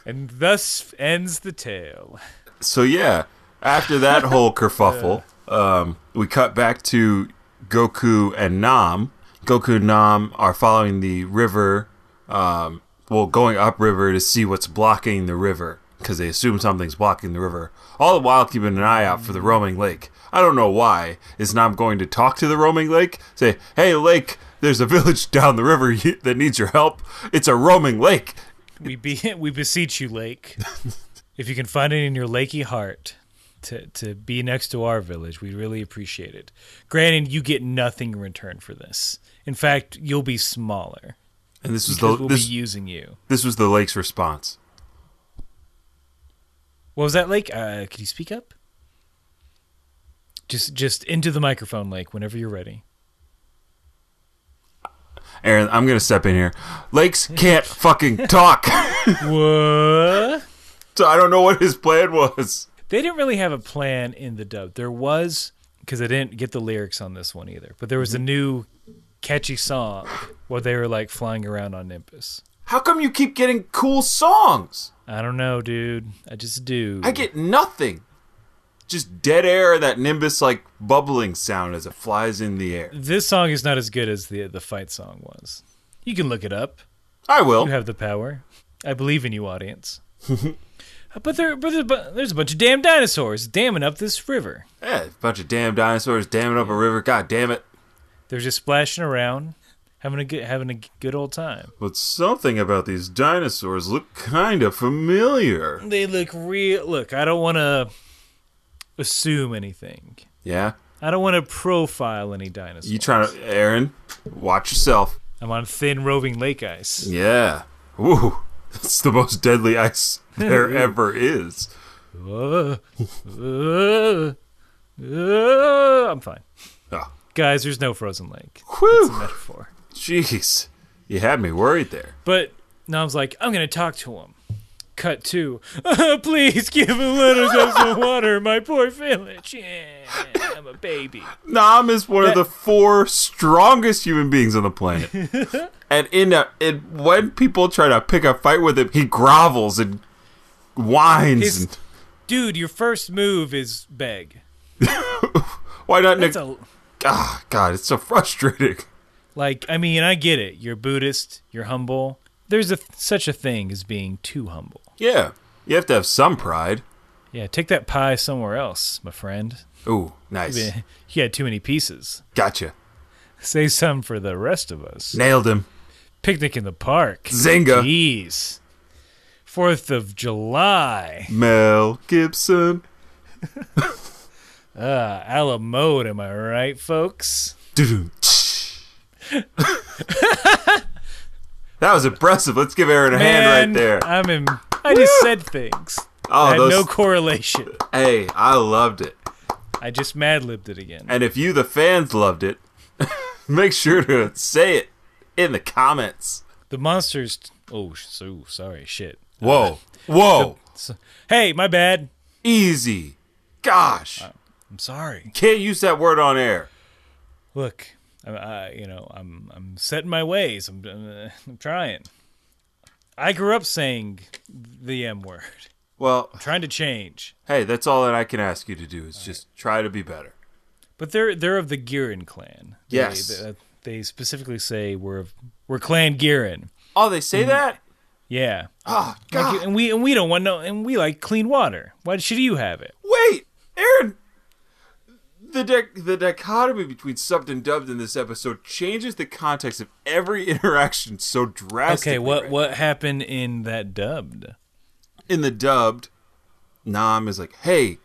A: And thus ends the tale.
B: So yeah, after that whole kerfuffle, um, we cut back to Goku and Nam. Goku and Nam are following the river, um, well, going upriver to see what's blocking the river because they assume something's blocking the river. All the while keeping an eye out for
A: Mm.
B: the roaming lake. I don't know why. Is Nam going to talk to the roaming lake? Say, hey, lake, there's a village down the river that needs your help. It's a roaming lake.
A: We be. We beseech you, Lake, if you can find it in your lakey heart, to, to be next to our village. We really appreciate it. Granted, you get nothing in return for this. In fact, you'll be smaller.
B: And this was the
A: because we'll
B: this,
A: be using you.
B: this was the lake's response.
A: What was that like? Uh, could you speak up? Just just into the microphone, Lake, whenever you're ready.
B: Aaron, I'm gonna step in here. Lakes can't fucking talk,
A: What?
B: so I don't know what his plan was.
A: They didn't really have a plan in the dub. There was because I didn't get the lyrics on this one either, but there was a new catchy song where they were like flying around on Nimbus.
B: How come you keep getting cool songs?
A: I don't know, dude. I just do.
B: I get nothing. Just dead air and that nimbus like bubbling sound as it flies in the air.
A: this song is not as good as the the fight song was. You can look it up.
B: I
A: You
B: will.
A: have the power. I believe in you, audience. Uh, but there, but there's, bu- there's a bunch of damn dinosaurs damming up this river.
B: Yeah, bunch of damn dinosaurs damming up a river. God damn it.
A: They're just splashing around, having a good having a good old time.
B: But something about these dinosaurs look kinda familiar.
A: They look real. Look, I don't want to assume anything.
B: Yeah?
A: I don't want to profile any dinosaurs.
B: You trying to Aaron, watch yourself.
A: I'm on thin roving lake ice.
B: Yeah. Ooh. That's the most deadly ice there ever is.
A: Uh, uh, uh, I'm fine,
B: Oh,
A: guys. There's no frozen lake.
B: whew.
A: Metaphor.
B: Jeez. You had me worried there.
A: But Nom's like, I'm gonna talk to him. Cut two. please give the letters of some water, my poor village. Yeah, I'm a baby.
B: Nam is one of
A: That-
B: the four strongest human beings on the planet. and in a, and when people try to pick a fight with him, he grovels and whines.
A: His-
B: and,
A: Dude, your first move is beg.
B: why not? Nick?
A: That's a
B: Ah, God, it's so frustrating.
A: like. I mean, I get it. You're Buddhist. You're humble. There's a such a thing as being too humble.
B: Yeah, you have to have some pride.
A: Yeah, take that pie somewhere else, my friend.
B: Ooh, nice.
A: You had too many pieces.
B: Gotcha.
A: Save some for the rest of us.
B: Nailed him.
A: Picnic in the park.
B: Zynga.
A: Jeez. Fourth of July.
B: Mel Gibson.
A: Uh, a mode, am I right, folks?
B: Doo-doo. that was impressive. Let's give Aaron a hand right there.
A: I'm in. I just said things. I
B: Oh,
A: had
B: those,
A: no correlation.
B: hey, I loved it.
A: I just mad libbed it again.
B: And if you, the fans, loved it, make sure to say it in the comments.
A: The monsters. Oh, sh- so sorry. Shit.
B: Whoa. Whoa.
A: So- hey, my bad.
B: Easy. Gosh.
A: I'm sorry.
B: Can't use that word on air.
A: Look, I, I you know, I'm I'm setting my ways. I'm uh, I'm trying. I grew up saying the M word.
B: Well,
A: Trying to change.
B: hey, that's all that I can ask you to do is just try to be better.
A: But they're they're of the Girin clan. They-
B: Yes.
A: They, uh, they specifically say we're of, we're clan Girin.
B: Oh, they
A: Mm-hmm.
B: say that?
A: Yeah.
B: Oh,
A: Like,
B: God.
A: and we and we don't want no and we like clean water. Why should you have it?
B: Wait, Aaron. The, dic- the dichotomy between subbed and dubbed in this episode changes the context of every interaction so drastically.
A: Okay, what
B: right
A: what happened in that dubbed?
B: in the dubbed, Nam is like, "Hey,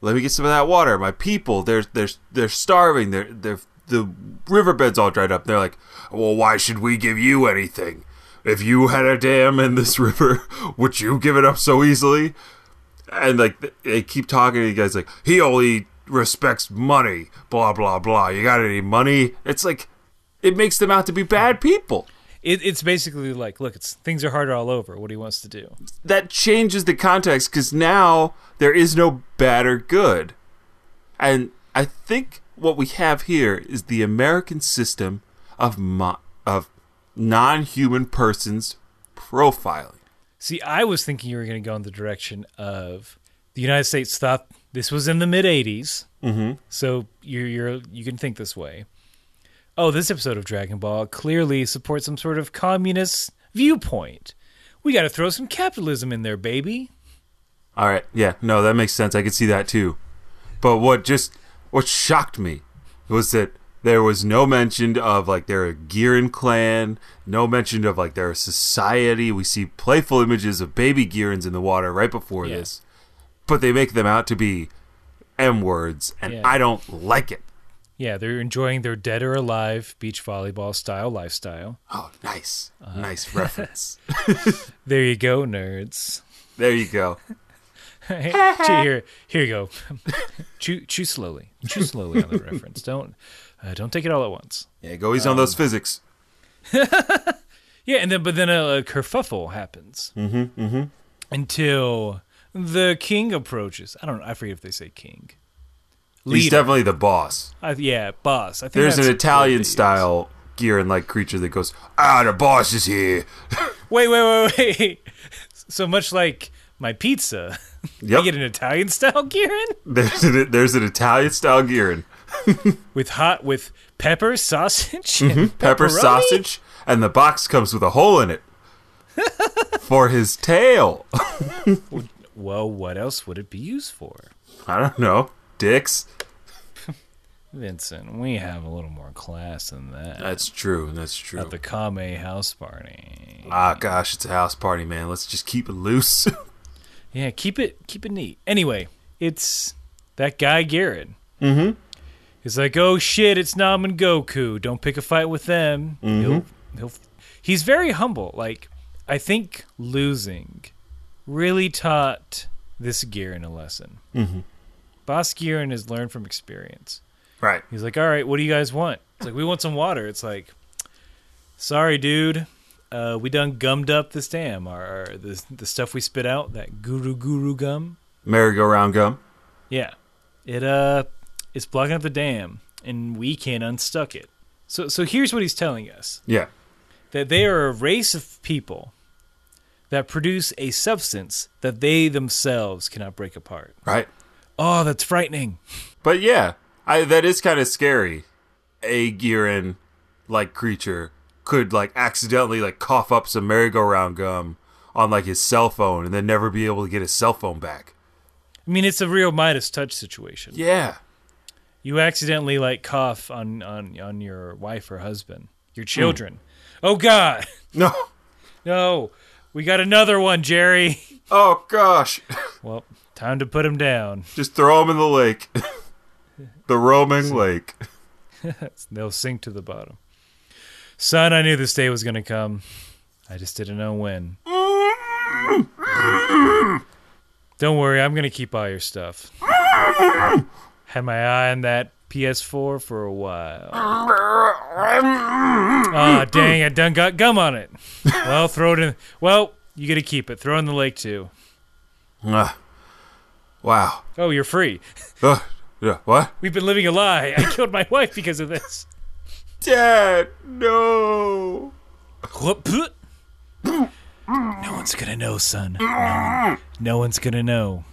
B: let me get some of that water. My people, they're they're they're starving. They're they're the riverbed's all dried up." They're like, "Well, why should we give you anything? If you had a dam in this river, would you give it up so easily?" And like th- they keep talking to you guys, like he only respects money. Blah blah blah. You got any money? It's like it makes them out to be bad people.
A: It, it's basically like, look, it's things are harder all over. What he wants to do.
B: that changes the context because now there is no bad or good. And I think what we have here is the American system of mo- of non-human persons profiling.
A: See, I was thinking you were going to go in the direction of the United States thought this was in the mid '80s, mm-hmm. so you're you're you can think this way. Oh, this episode of Dragon Ball clearly supports some sort of communist viewpoint. We got to throw some capitalism in there, baby.
B: All right, yeah, no, that makes sense. I could see that too. But what just what shocked me was that there was no mention of like they're a Girin clan, no mention of like they're a society. We see playful images of baby Girins in the water right before
A: Yeah.
B: this, but they make them out to be M words, and
A: Yeah.
B: I don't like it.
A: Yeah, they're enjoying their dead or alive beach volleyball style lifestyle.
B: Oh, nice.
A: Uh-huh.
B: Nice reference.
A: There you go, nerds.
B: there you go.
A: here, here you go. chew, chew slowly. Chew slowly on the reference. Don't, uh, don't take it all at once.
B: Yeah, go easy on those
A: Um,
B: physics.
A: Yeah, and then but then a, a kerfuffle happens. Mm-hmm, mm-hmm. Until the king approaches. I don't. I forget if they say king.
B: He's
A: Leader.
B: definitely the boss.
A: I, yeah, boss. I think
B: There's an
A: that's-
B: Italian style gear and like creature that goes, ah, the boss is here.
A: Wait, wait, wait, wait. So much like my pizza, you
B: Yep.
A: get an Italian style, Kieran,
B: There's an, there's an Italian style gearing.
A: with hot with pepper sausage, and
B: Pepper
A: pepperoni?
B: sausage, and the box comes with a hole in it for his tail.
A: Well, what else would it be used for,
B: I don't know. Dicks.
A: Vincent? We have a little more class than that.
B: That's true. That's true.
A: At the Kame house party.
B: ah, gosh, it's a house party, man. Let's just keep it loose.
A: Yeah, keep it keep it neat. Anyway, it's that guy Garrett. Mm-hmm. He's like, oh shit, it's Nam and Goku. Don't pick a fight with them. He'll, he'll, he's very humble. Like, I think losing really taught this Garen a lesson. Mm-hmm. Boss Garen has learned from experience.
B: right.
A: He's like, all right, what do you guys want? It's like, we want some water. It's like, sorry, dude. Uh, we done gummed up this dam. Our, our the, the stuff we spit out, that guru guru gum.
B: Merry-go-round gum.
A: Yeah. It uh it's blocking up the dam and we can't unstuck it. So so here's what he's telling us.
B: Yeah.
A: That they are a race of people that produce a substance that they themselves cannot break apart.
B: Right.
A: Oh, that's frightening.
B: But yeah, I that is kind of scary. A Giran like creature could like accidentally like cough up some merry-go-round gum on like his cell phone and then never be able to get his cell phone back.
A: I mean, it's a real Midas touch situation.
B: Yeah.
A: You accidentally like cough on on on your wife or husband, your children. Oh god.
B: No.
A: No. We got another one, Jerry.
B: Oh gosh.
A: Well, time to put him down.
B: Just throw him in the lake. the roaming lake.
A: They'll sink to the bottom. Son, I knew this day was going to come. I just didn't know when. Don't worry, I'm going to keep all your stuff. Had my eye on that PS4 for a while. Aw, dang, I done got gum on it. Well, throw it in. Well, you get to keep it. Throw it in the lake, too.
B: Ugh. wow.
A: Oh, you're free.
B: Ugh. Yeah, what?
A: We've been living a lie. I killed my wife because of this.
B: Dad, no.
A: Whoop, put. No one's gonna know, son. No, one- no one's gonna know.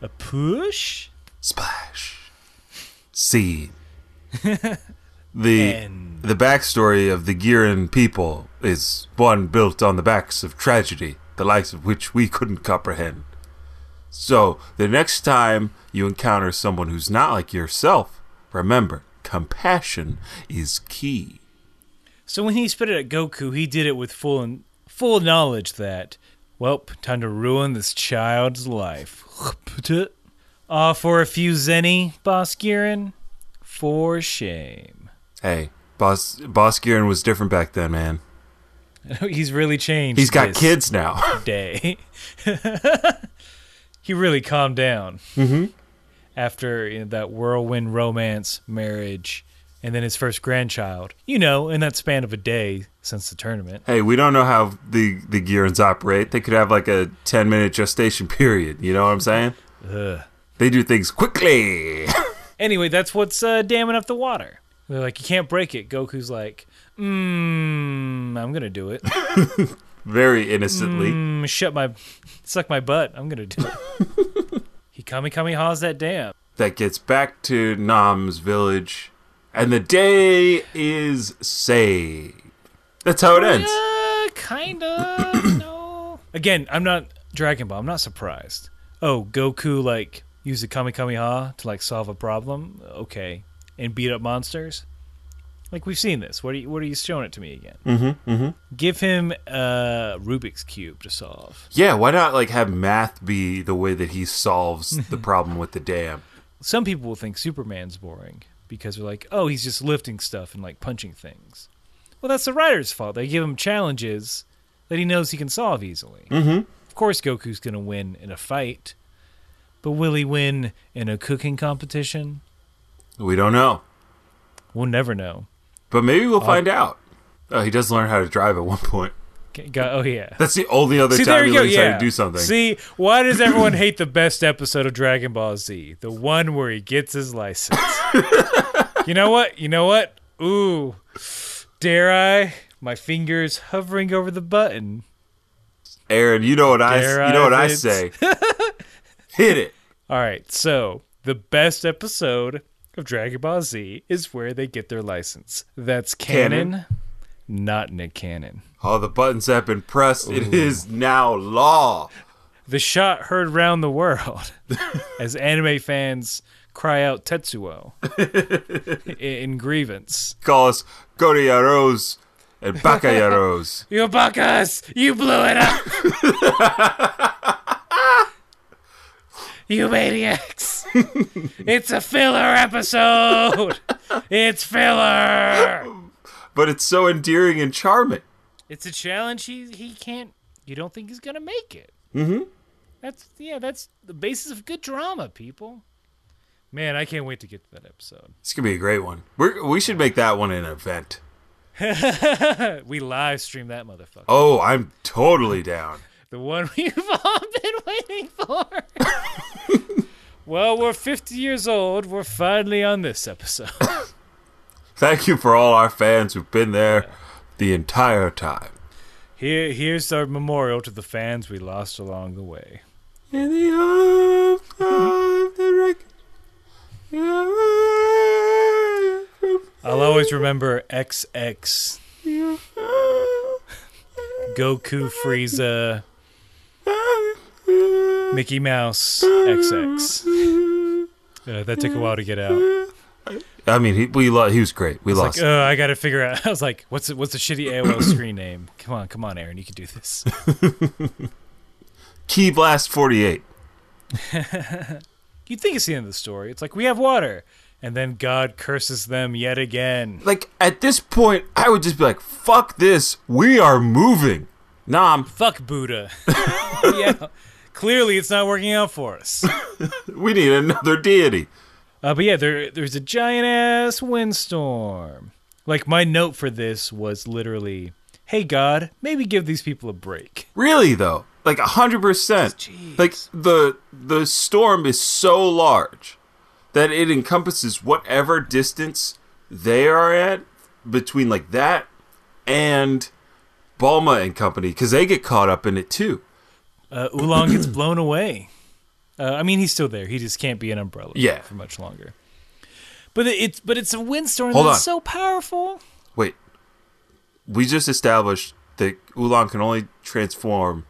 A: A push
B: Splash. Scene. the
A: and
B: the backstory of the Giran people is one built on the backs of tragedy, the likes of which we couldn't comprehend. So the next time you encounter someone who's not like yourself, remember, compassion is key.
A: so when he spit it at Goku, he did it with full and full knowledge that, well, time to ruin this child's life. Ah, for a few zenny, Boss Girin. For shame.
B: Hey, Boss Boss Giran was different back then, man.
A: He's really changed.
B: He's got
A: this
B: kids now.
A: Day. he really calmed down. after you know, that whirlwind romance, marriage, and then his first grandchild. You know, in that span of a day since the tournament.
B: hey, we don't know how the the Girans operate. They could have like a ten minute gestation period. You know what I'm saying?
A: Ugh.
B: They do things quickly.
A: Anyway, that's what's uh, damming up the water. They're like, you can't break it. Goku's like, mmm, I'm gonna do it.
B: Very innocently.
A: Mm, shut my, suck my butt. I'm gonna do it. he kami kami haws that dam.
B: that gets back to Nam's village, and the day is saved. That's how it ends.
A: Uh, kinda. no. Again, I'm not Dragon Ball. I'm not surprised. Oh, Goku like used a Kamehameha to like solve a problem. Okay, and beat up monsters. Like we've seen this. What are you? What are you showing it to me again? Mm-hmm. mm-hmm. Give him a Rubik's cube to solve.
B: Yeah, why not like have math be the way that he solves the problem with the dam?
A: some people will think Superman's boring because they're like, oh, he's just lifting stuff and like punching things. Well, that's the writer's fault. They give him challenges that he knows he can solve easily. Mm-hmm. Of course, Goku's going to win in a fight, but will he win in a cooking competition?
B: We don't know,
A: We'll never know.
B: but maybe
A: Uh,
B: we'll find out. Oh, he does learn how to drive at one point.
A: G- go- oh yeah.
B: That's the only other
A: See, there
B: time
A: you
B: he
A: go.
B: learns
A: Yeah.
B: how to do something.
A: See, why does everyone hate the best episode of Dragon Ball Z? The one where he gets his license. you know what? You know what? Ooh. Dare I? My fingers hovering over the button.
B: Aaron, you know what I
A: Dare
B: you know what
A: I
B: I
A: hit-
B: say. Hit it.
A: All right. So, the best episode of Dragon Ball Z is where they get their license. That's canon,
B: Canon.
A: not Nick Cannon.
B: All the buttons have been pressed. It is now law.
A: The shot heard round the world as anime fans cry out Tetsuo in, in grievance.
B: Call us go to Yaros and Baka Yaros.
A: You buckus! You blew it up! you maniacs! it's a filler episode! It's filler!
B: But it's so endearing and charming.
A: It's a challenge he, he can't. You don't think he's gonna make it. Mm-hmm. That's yeah. That's the basis of good drama, people. Man, I can't wait to get to that episode.
B: It's gonna be a great one. We're, we should make that one an event.
A: We live stream that motherfucker.
B: Oh, I'm totally down.
A: The one we've all been waiting for. well, we're 50 years old. We're finally on this episode.
B: Thank you for all our fans who've been there the entire time.
A: Here, here's our memorial to the fans we lost along the way.
B: In the arms of the wreck-
A: I'll always remember XX, Goku, Frieza, Mickey Mouse, XX. Uh, that took a while to get out.
B: I mean, he we lo- he was great. We
A: Like,
B: lost.
A: oh, I got to figure out. I was like, what's the, what's the shitty AOL screen name? Come on, come on, Aaron, you can do this.
B: Key Blast 48.
A: You'd think it's the end of the story. It's like we have water, and then God curses them yet again.
B: Like at this point, I would just be like, "Fuck this. We are moving." Nah, I'm-
A: Fuck Buddha. yeah, clearly it's not working out for us.
B: we need another deity.
A: Uh, but yeah, there there's a giant ass windstorm. Like my note for this was literally, "Hey God, maybe give these people a break."
B: Really though, like hundred percent. Like the the storm is so large that it encompasses whatever distance they are at between like that and Balma and company because they get caught up in it too.
A: Uh, Oolong gets blown away. Uh, I mean, he's still there. He just can't be an umbrella
B: Yeah.
A: for much longer. But it- it's but it's a windstorm
B: Hold
A: that's
B: on.
A: so powerful.
B: Wait, we just established that Ulan can only transform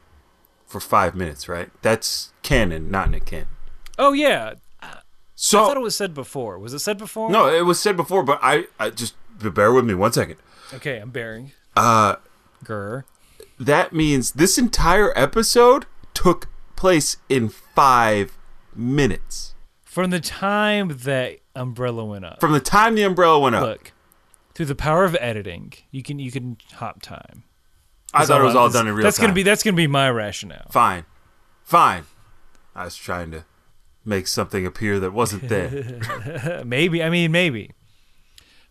B: for five minutes, right? That's canon, not Nick Cannon.
A: Oh yeah,
B: So
A: I thought it was said before. Was it said before?
B: Oh. no, it was said before, but I, I just bear with me one second.
A: Okay, I'm bearing.
B: Uh,
A: Grr.
B: that means this entire episode took place in five minutes
A: From the time that Umbrella went up.
B: from the time the umbrella went up.
A: Look, through the power of editing, you can you can hop time.
B: I
A: That's
B: thought it was
A: I-
B: all done in real
A: That's
B: time.
A: gonna be that's gonna be my rationale.
B: fine, fine. I was trying to make something appear that wasn't there.
A: Uh, maybe I mean maybe.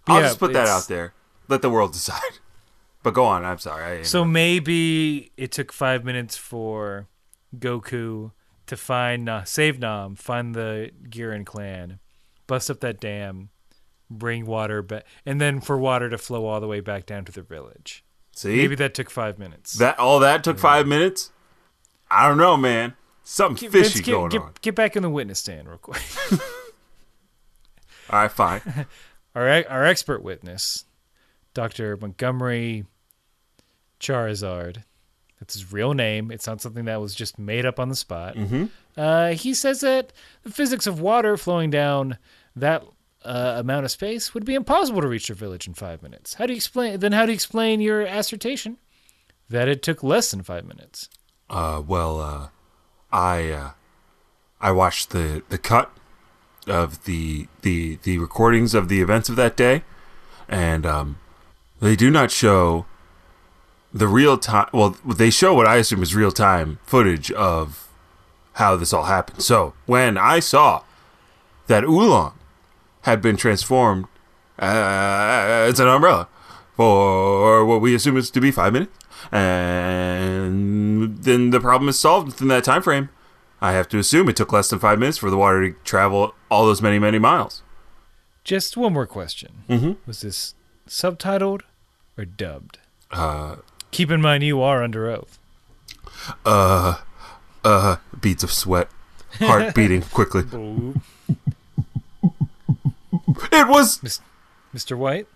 A: But
B: I'll
A: yeah,
B: just put that
A: it's-
B: out there. Let the world decide. But go on. I'm sorry. I,
A: So maybe it took five minutes for Goku to find Na- save Nam, find the Giran clan, bust up that dam, bring water back, and then for water to flow all the way back down to the village.
B: see
A: Maybe that took five minutes.
B: that all that took five minutes. I don't know, man. Something
A: Vince,
B: fishy
A: get,
B: going
A: get,
B: on.
A: Get back in the witness stand real quick.
B: All right, fine.
A: our ex- our expert witness, Doctor Montgomery Charizard. That's his real name. It's not something that was just made up on the spot. Uh, he says that the physics of water flowing down that uh, amount of space would be impossible to reach your village in five minutes. How do you explain? Then how do you explain your assertion that it took less than five minutes?
B: Uh, well, uh, I uh, I watched the the cut of the the the recordings of the events of that day, and um, they do not show the real time. Well, they show what I assume is real time footage of how this all happened. So when I saw that Oolong had been transformed uh, as an umbrella for what we assume is to be five minutes, and then the problem is solved within that time frame. I have to assume it took less than five minutes for the water to travel all those many, many miles.
A: Just one more question.
B: Mhm.
A: Was this subtitled or dubbed?
B: Uh,
A: Keep in mind you are under oath.
B: uh, uh, beads of sweat, heart beating quickly.
A: Boop.
B: It was,
A: Mr. White?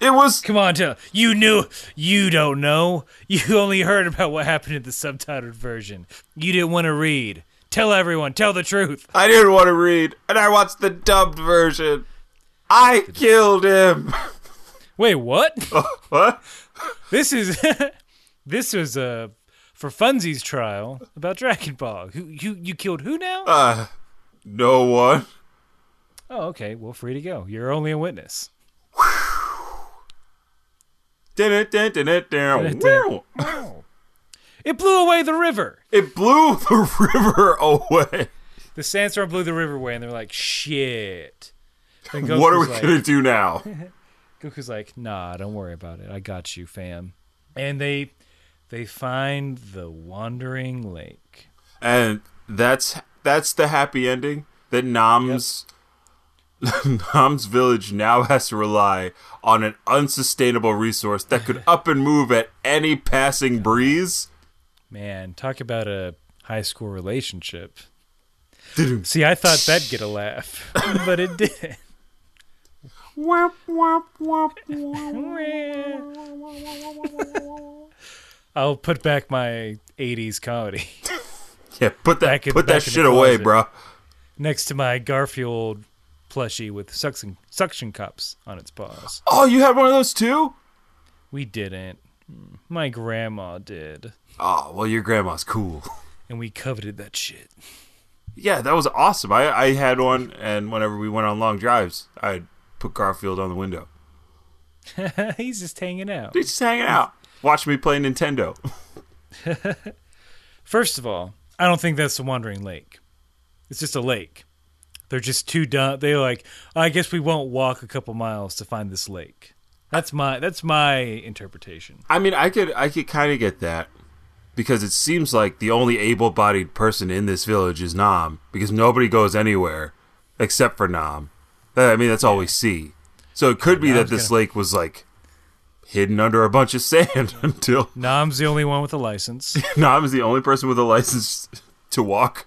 B: it was,
A: Come on, tell you knew you don't know. You only heard about what happened in the subtitled version. You didn't want to read. Tell everyone, tell the truth.
B: I didn't want to read, and I watched the dubbed version. I killed him.
A: Wait, what?
B: Uh, what?
A: this is this was uh, for Funzi's trial about Dragon Ball. Who you you killed who now?
B: Uh, no one.
A: oh, okay. Well, free to go. You're only a witness.
B: Wow.
A: It blew away the river.
B: It blew the river away.
A: The sandstorm blew the river away, and they're like, "Shit." Then Goku's
B: What are we
A: like,
B: gonna do now?
A: Goku's like, "Nah, don't worry about it. I got you, fam." And they they find the wandering lake.
B: and that's that's the happy ending that Nam's Nam's village now has to rely on an unsustainable resource that could up and move at any passing breeze.
A: Man, talk about a high school relationship.
B: Doo-doo.
A: See, I thought that'd get a laugh, but it didn't.
B: Womp, womp, womp, womp.
A: I'll put back my 80s comedy
B: yeah, put that
A: Back in-
B: put that
A: back in the
B: shit away,
A: closet.
B: bro.
A: next to my Garfield plushie with suction, suction cups on its paws.
B: Oh, you had one of those too?
A: We didn't. My grandma did.
B: Oh, well, your grandma's cool.
A: And we coveted that shit.
B: Yeah, that was awesome. I, I had one, and whenever we went on long drives, I'd put Garfield on the window.
A: He's just hanging out.
B: He's just hanging out. Watch me play Nintendo.
A: First of all, I don't think that's the Wandering Lake. It's just a lake. They're just too dumb. They're like, I guess we won't walk a couple miles to find this lake. That's my that's my interpretation.
B: I mean, I could I could kind of get that because it seems like the only able-bodied person in this village is Nam because nobody goes anywhere except for Nam. That- I mean, that's all we see. So it could be that
A: Nam's
B: this lake was like hidden under a bunch of sand until
A: Nam's the only one with a license.
B: Nam is the only person with a license to walk.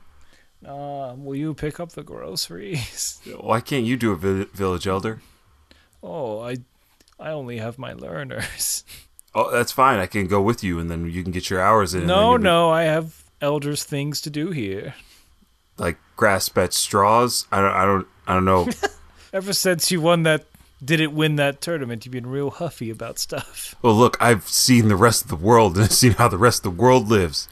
A: uh, will you pick up the groceries?
B: Why can't you do a vi- village elder?
A: Oh, I I only have my learners.
B: Oh, that's fine. I can go with you, and then you can get your hours in. and then
A: No,
B: you'll be-
A: no, I have elders things to do here.
B: like grasp at straws. I don't. I don't. I don't know.
A: Ever since you won that didn't win that tournament, you've been real huffy about stuff.
B: well, look, I've seen the rest of the world and I've seen how the rest of the world lives.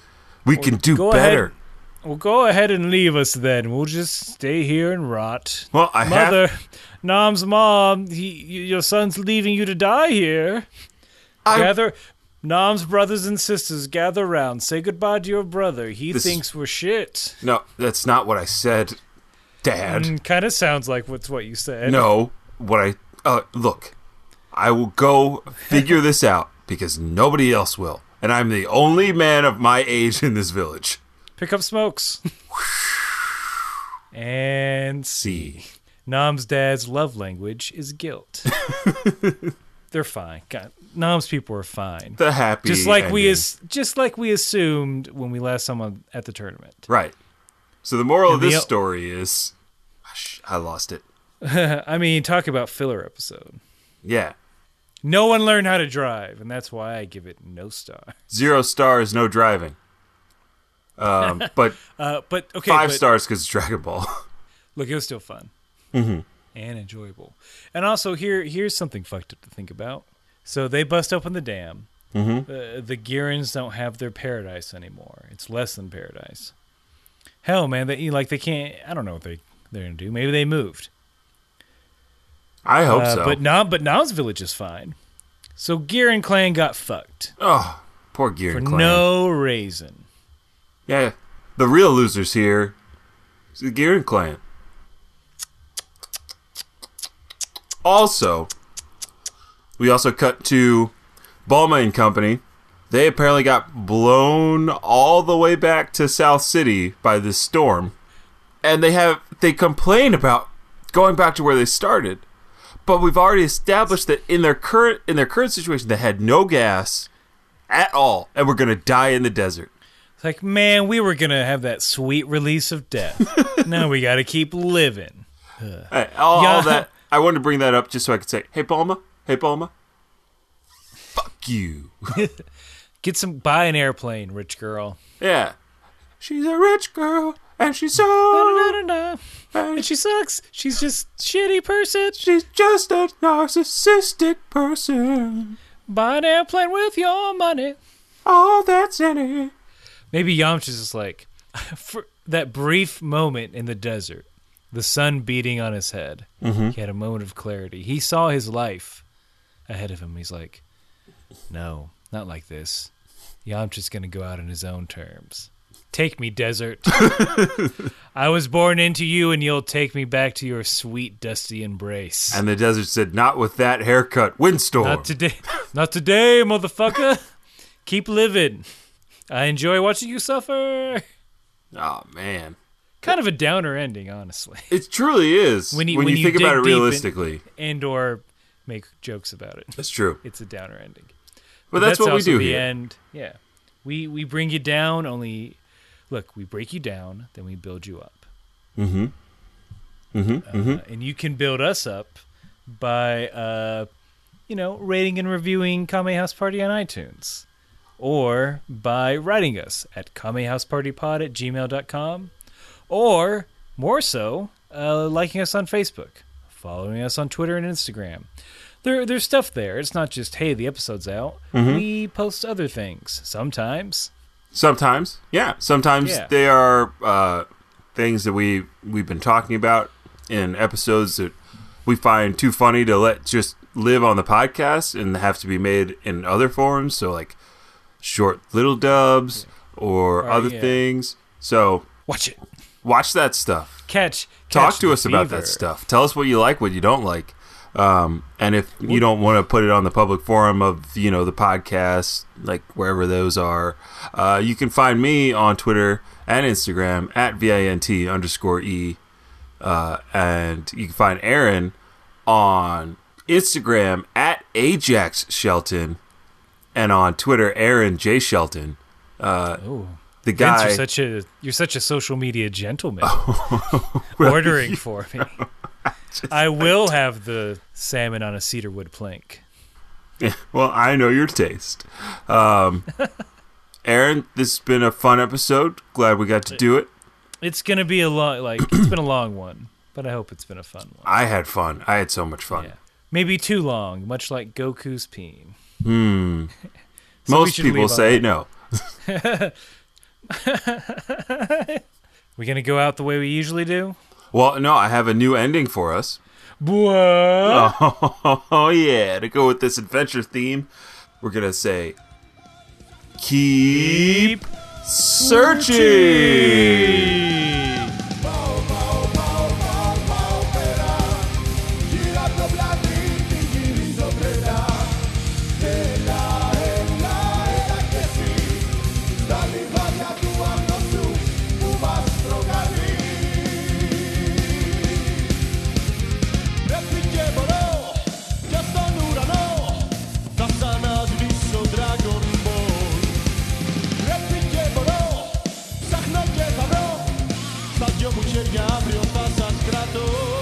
B: We can do
A: go
B: better.
A: ahead. Well, go ahead and leave us then. We'll just stay here and rot.
B: Well, I
A: Mother,
B: have.
A: Nam's mom, he, y- your son's leaving you to die here.
B: I-
A: Gather, Nam's brothers and sisters, gather round. Say goodbye to your brother. He
B: This is-
A: thinks we're shit.
B: No, that's not what I said, Dad.
A: kind of sounds like what's what you said.
B: No, what I uh, look. I will go figure this out because nobody else will, and I'm the only man of my age in this village.
A: Pick up smokes. and see.
B: See,
A: Nam's dad's love language is guilt. They're fine. God, Nam's people are fine.
B: the happy.
A: just like we
B: ending.
A: as just like we assumed when we last saw him at the tournament.
B: Right. So the moral of
A: And the
B: this
A: el-
B: story is, Sh- I lost it.
A: I mean, talk about filler episode.
B: Yeah,
A: No one learned how to drive, and that's why I give it no star.
B: zero stars, no driving. Um, but
A: Uh, but okay,
B: five
A: but
B: stars because it's Dragon Ball.
A: Look, it was still fun and enjoyable. And also, here here's something fucked up to think about. So they bust open the dam. Uh, the Girins don't have their paradise anymore. It's less than paradise. Hell, man, they like they can't. I don't know if they they're gonna do. Maybe they moved.
B: I hope
A: Uh,
B: so.
A: But now, but now's village is fine. So Gear and Clan got fucked
B: oh, poor Gear
A: for
B: and Clan.
A: no reason.
B: Yeah, the real losers here is the Gearing Clan. Also, we also cut to Balma and Company. They apparently got blown all the way back to South City by this storm, and they have they complain about going back to where they started. But we've already established that in their current in their current situation, they had no gas at all, and we're gonna die in the desert.
A: It's like, man, we were gonna have that sweet release of death. now we gotta keep living.
B: Hey, all,
A: Yeah.
B: all that. I wanted to bring that up just so I could say, "Hey, Palma. Hey, Palma. Fuck you."
A: Get some, buy an airplane, rich girl.
B: Yeah. She's a rich girl, and she's so.
A: Da-da-da-da. And she sucks. She's just shitty person.
B: She's just a narcissistic person.
A: Buy an airplane with your money.
B: All that's in it.
A: Maybe Yamcha's just like, for that brief moment in the desert, the sun beating on his head, he had a moment of clarity. He saw his life ahead of him. He's like, no, not like this. Yamcha's going to go out on his own terms. Take me, desert. I was born into you, and you'll take me back to your sweet, dusty embrace.
B: And the desert said, "Not with that haircut, windstorm."
A: Not today. Not today, motherfucker. Keep living. I enjoy watching you suffer.
B: oh man,
A: Kind of a downer ending, honestly.
B: it truly is. When
A: When
B: you,
A: you- when you
B: think
A: dig
B: about it
A: deep in-
B: realistically,
A: And or make jokes about it.
B: that's true.
A: It's a downer ending.
B: But that's, what we
A: also
B: do
A: the
B: here.
A: end. Yeah. We we bring you down, only look, we break you down, then we build you up. Mm-hmm. Mm-hmm. And you can build us up by uh you know, rating and reviewing Kame House Party on iTunes. Or by writing us at kamehousepartypod at gmail.com. Or more so, uh, liking us on Facebook, following us on Twitter and Instagram. There, there's stuff there. It's not just, hey, the episode's out.
B: Mm-hmm.
A: We post other things sometimes.
B: Sometimes, yeah. Sometimes
A: Yeah.
B: they are uh, things that we we've been talking about in episodes that we find too funny to let just live on the podcast and have to be made in other forms. So like short little dubs or
A: Or,
B: other
A: yeah.
B: things. So
A: Watch it.
B: watch that stuff.
A: Catch.
B: Talk
A: catch
B: to
A: the
B: us about
A: fever.
B: that stuff. Tell us what you like, what you don't like. Um, and if you don't want to put it on the public forum of you know the podcast, like wherever those are, uh, you can find me on Twitter and Instagram at vint underscore e, uh, and you can find Aaron on Instagram at Ajax Shelton, and on Twitter Aaron J Shelton. Uh,
A: Ooh.
B: The
A: Vince,
B: guy
A: you're such a you're such a social media gentleman. ordering for me. I will have the salmon on a cedarwood plank.
B: Well, I know your taste. Um, Aaron, this has been a fun episode. Glad we got to do it.
A: It's gonna be a long like it's been a long one, but I hope it's been a fun one.
B: I had fun. I had so much fun.
A: Yeah. Maybe too long, much like Goku's peen. Hmm.
B: Most people say no.
A: We're gonna go out the way we usually do.
B: Well, no, I have a new ending for us.
A: Whoa.
B: Oh, yeah. To go with this adventure theme, we're going to say keep searching.
C: Dragon Ball Replikě bro, sahne tě za bro, snad jo mu černě a bril pasa zkratu.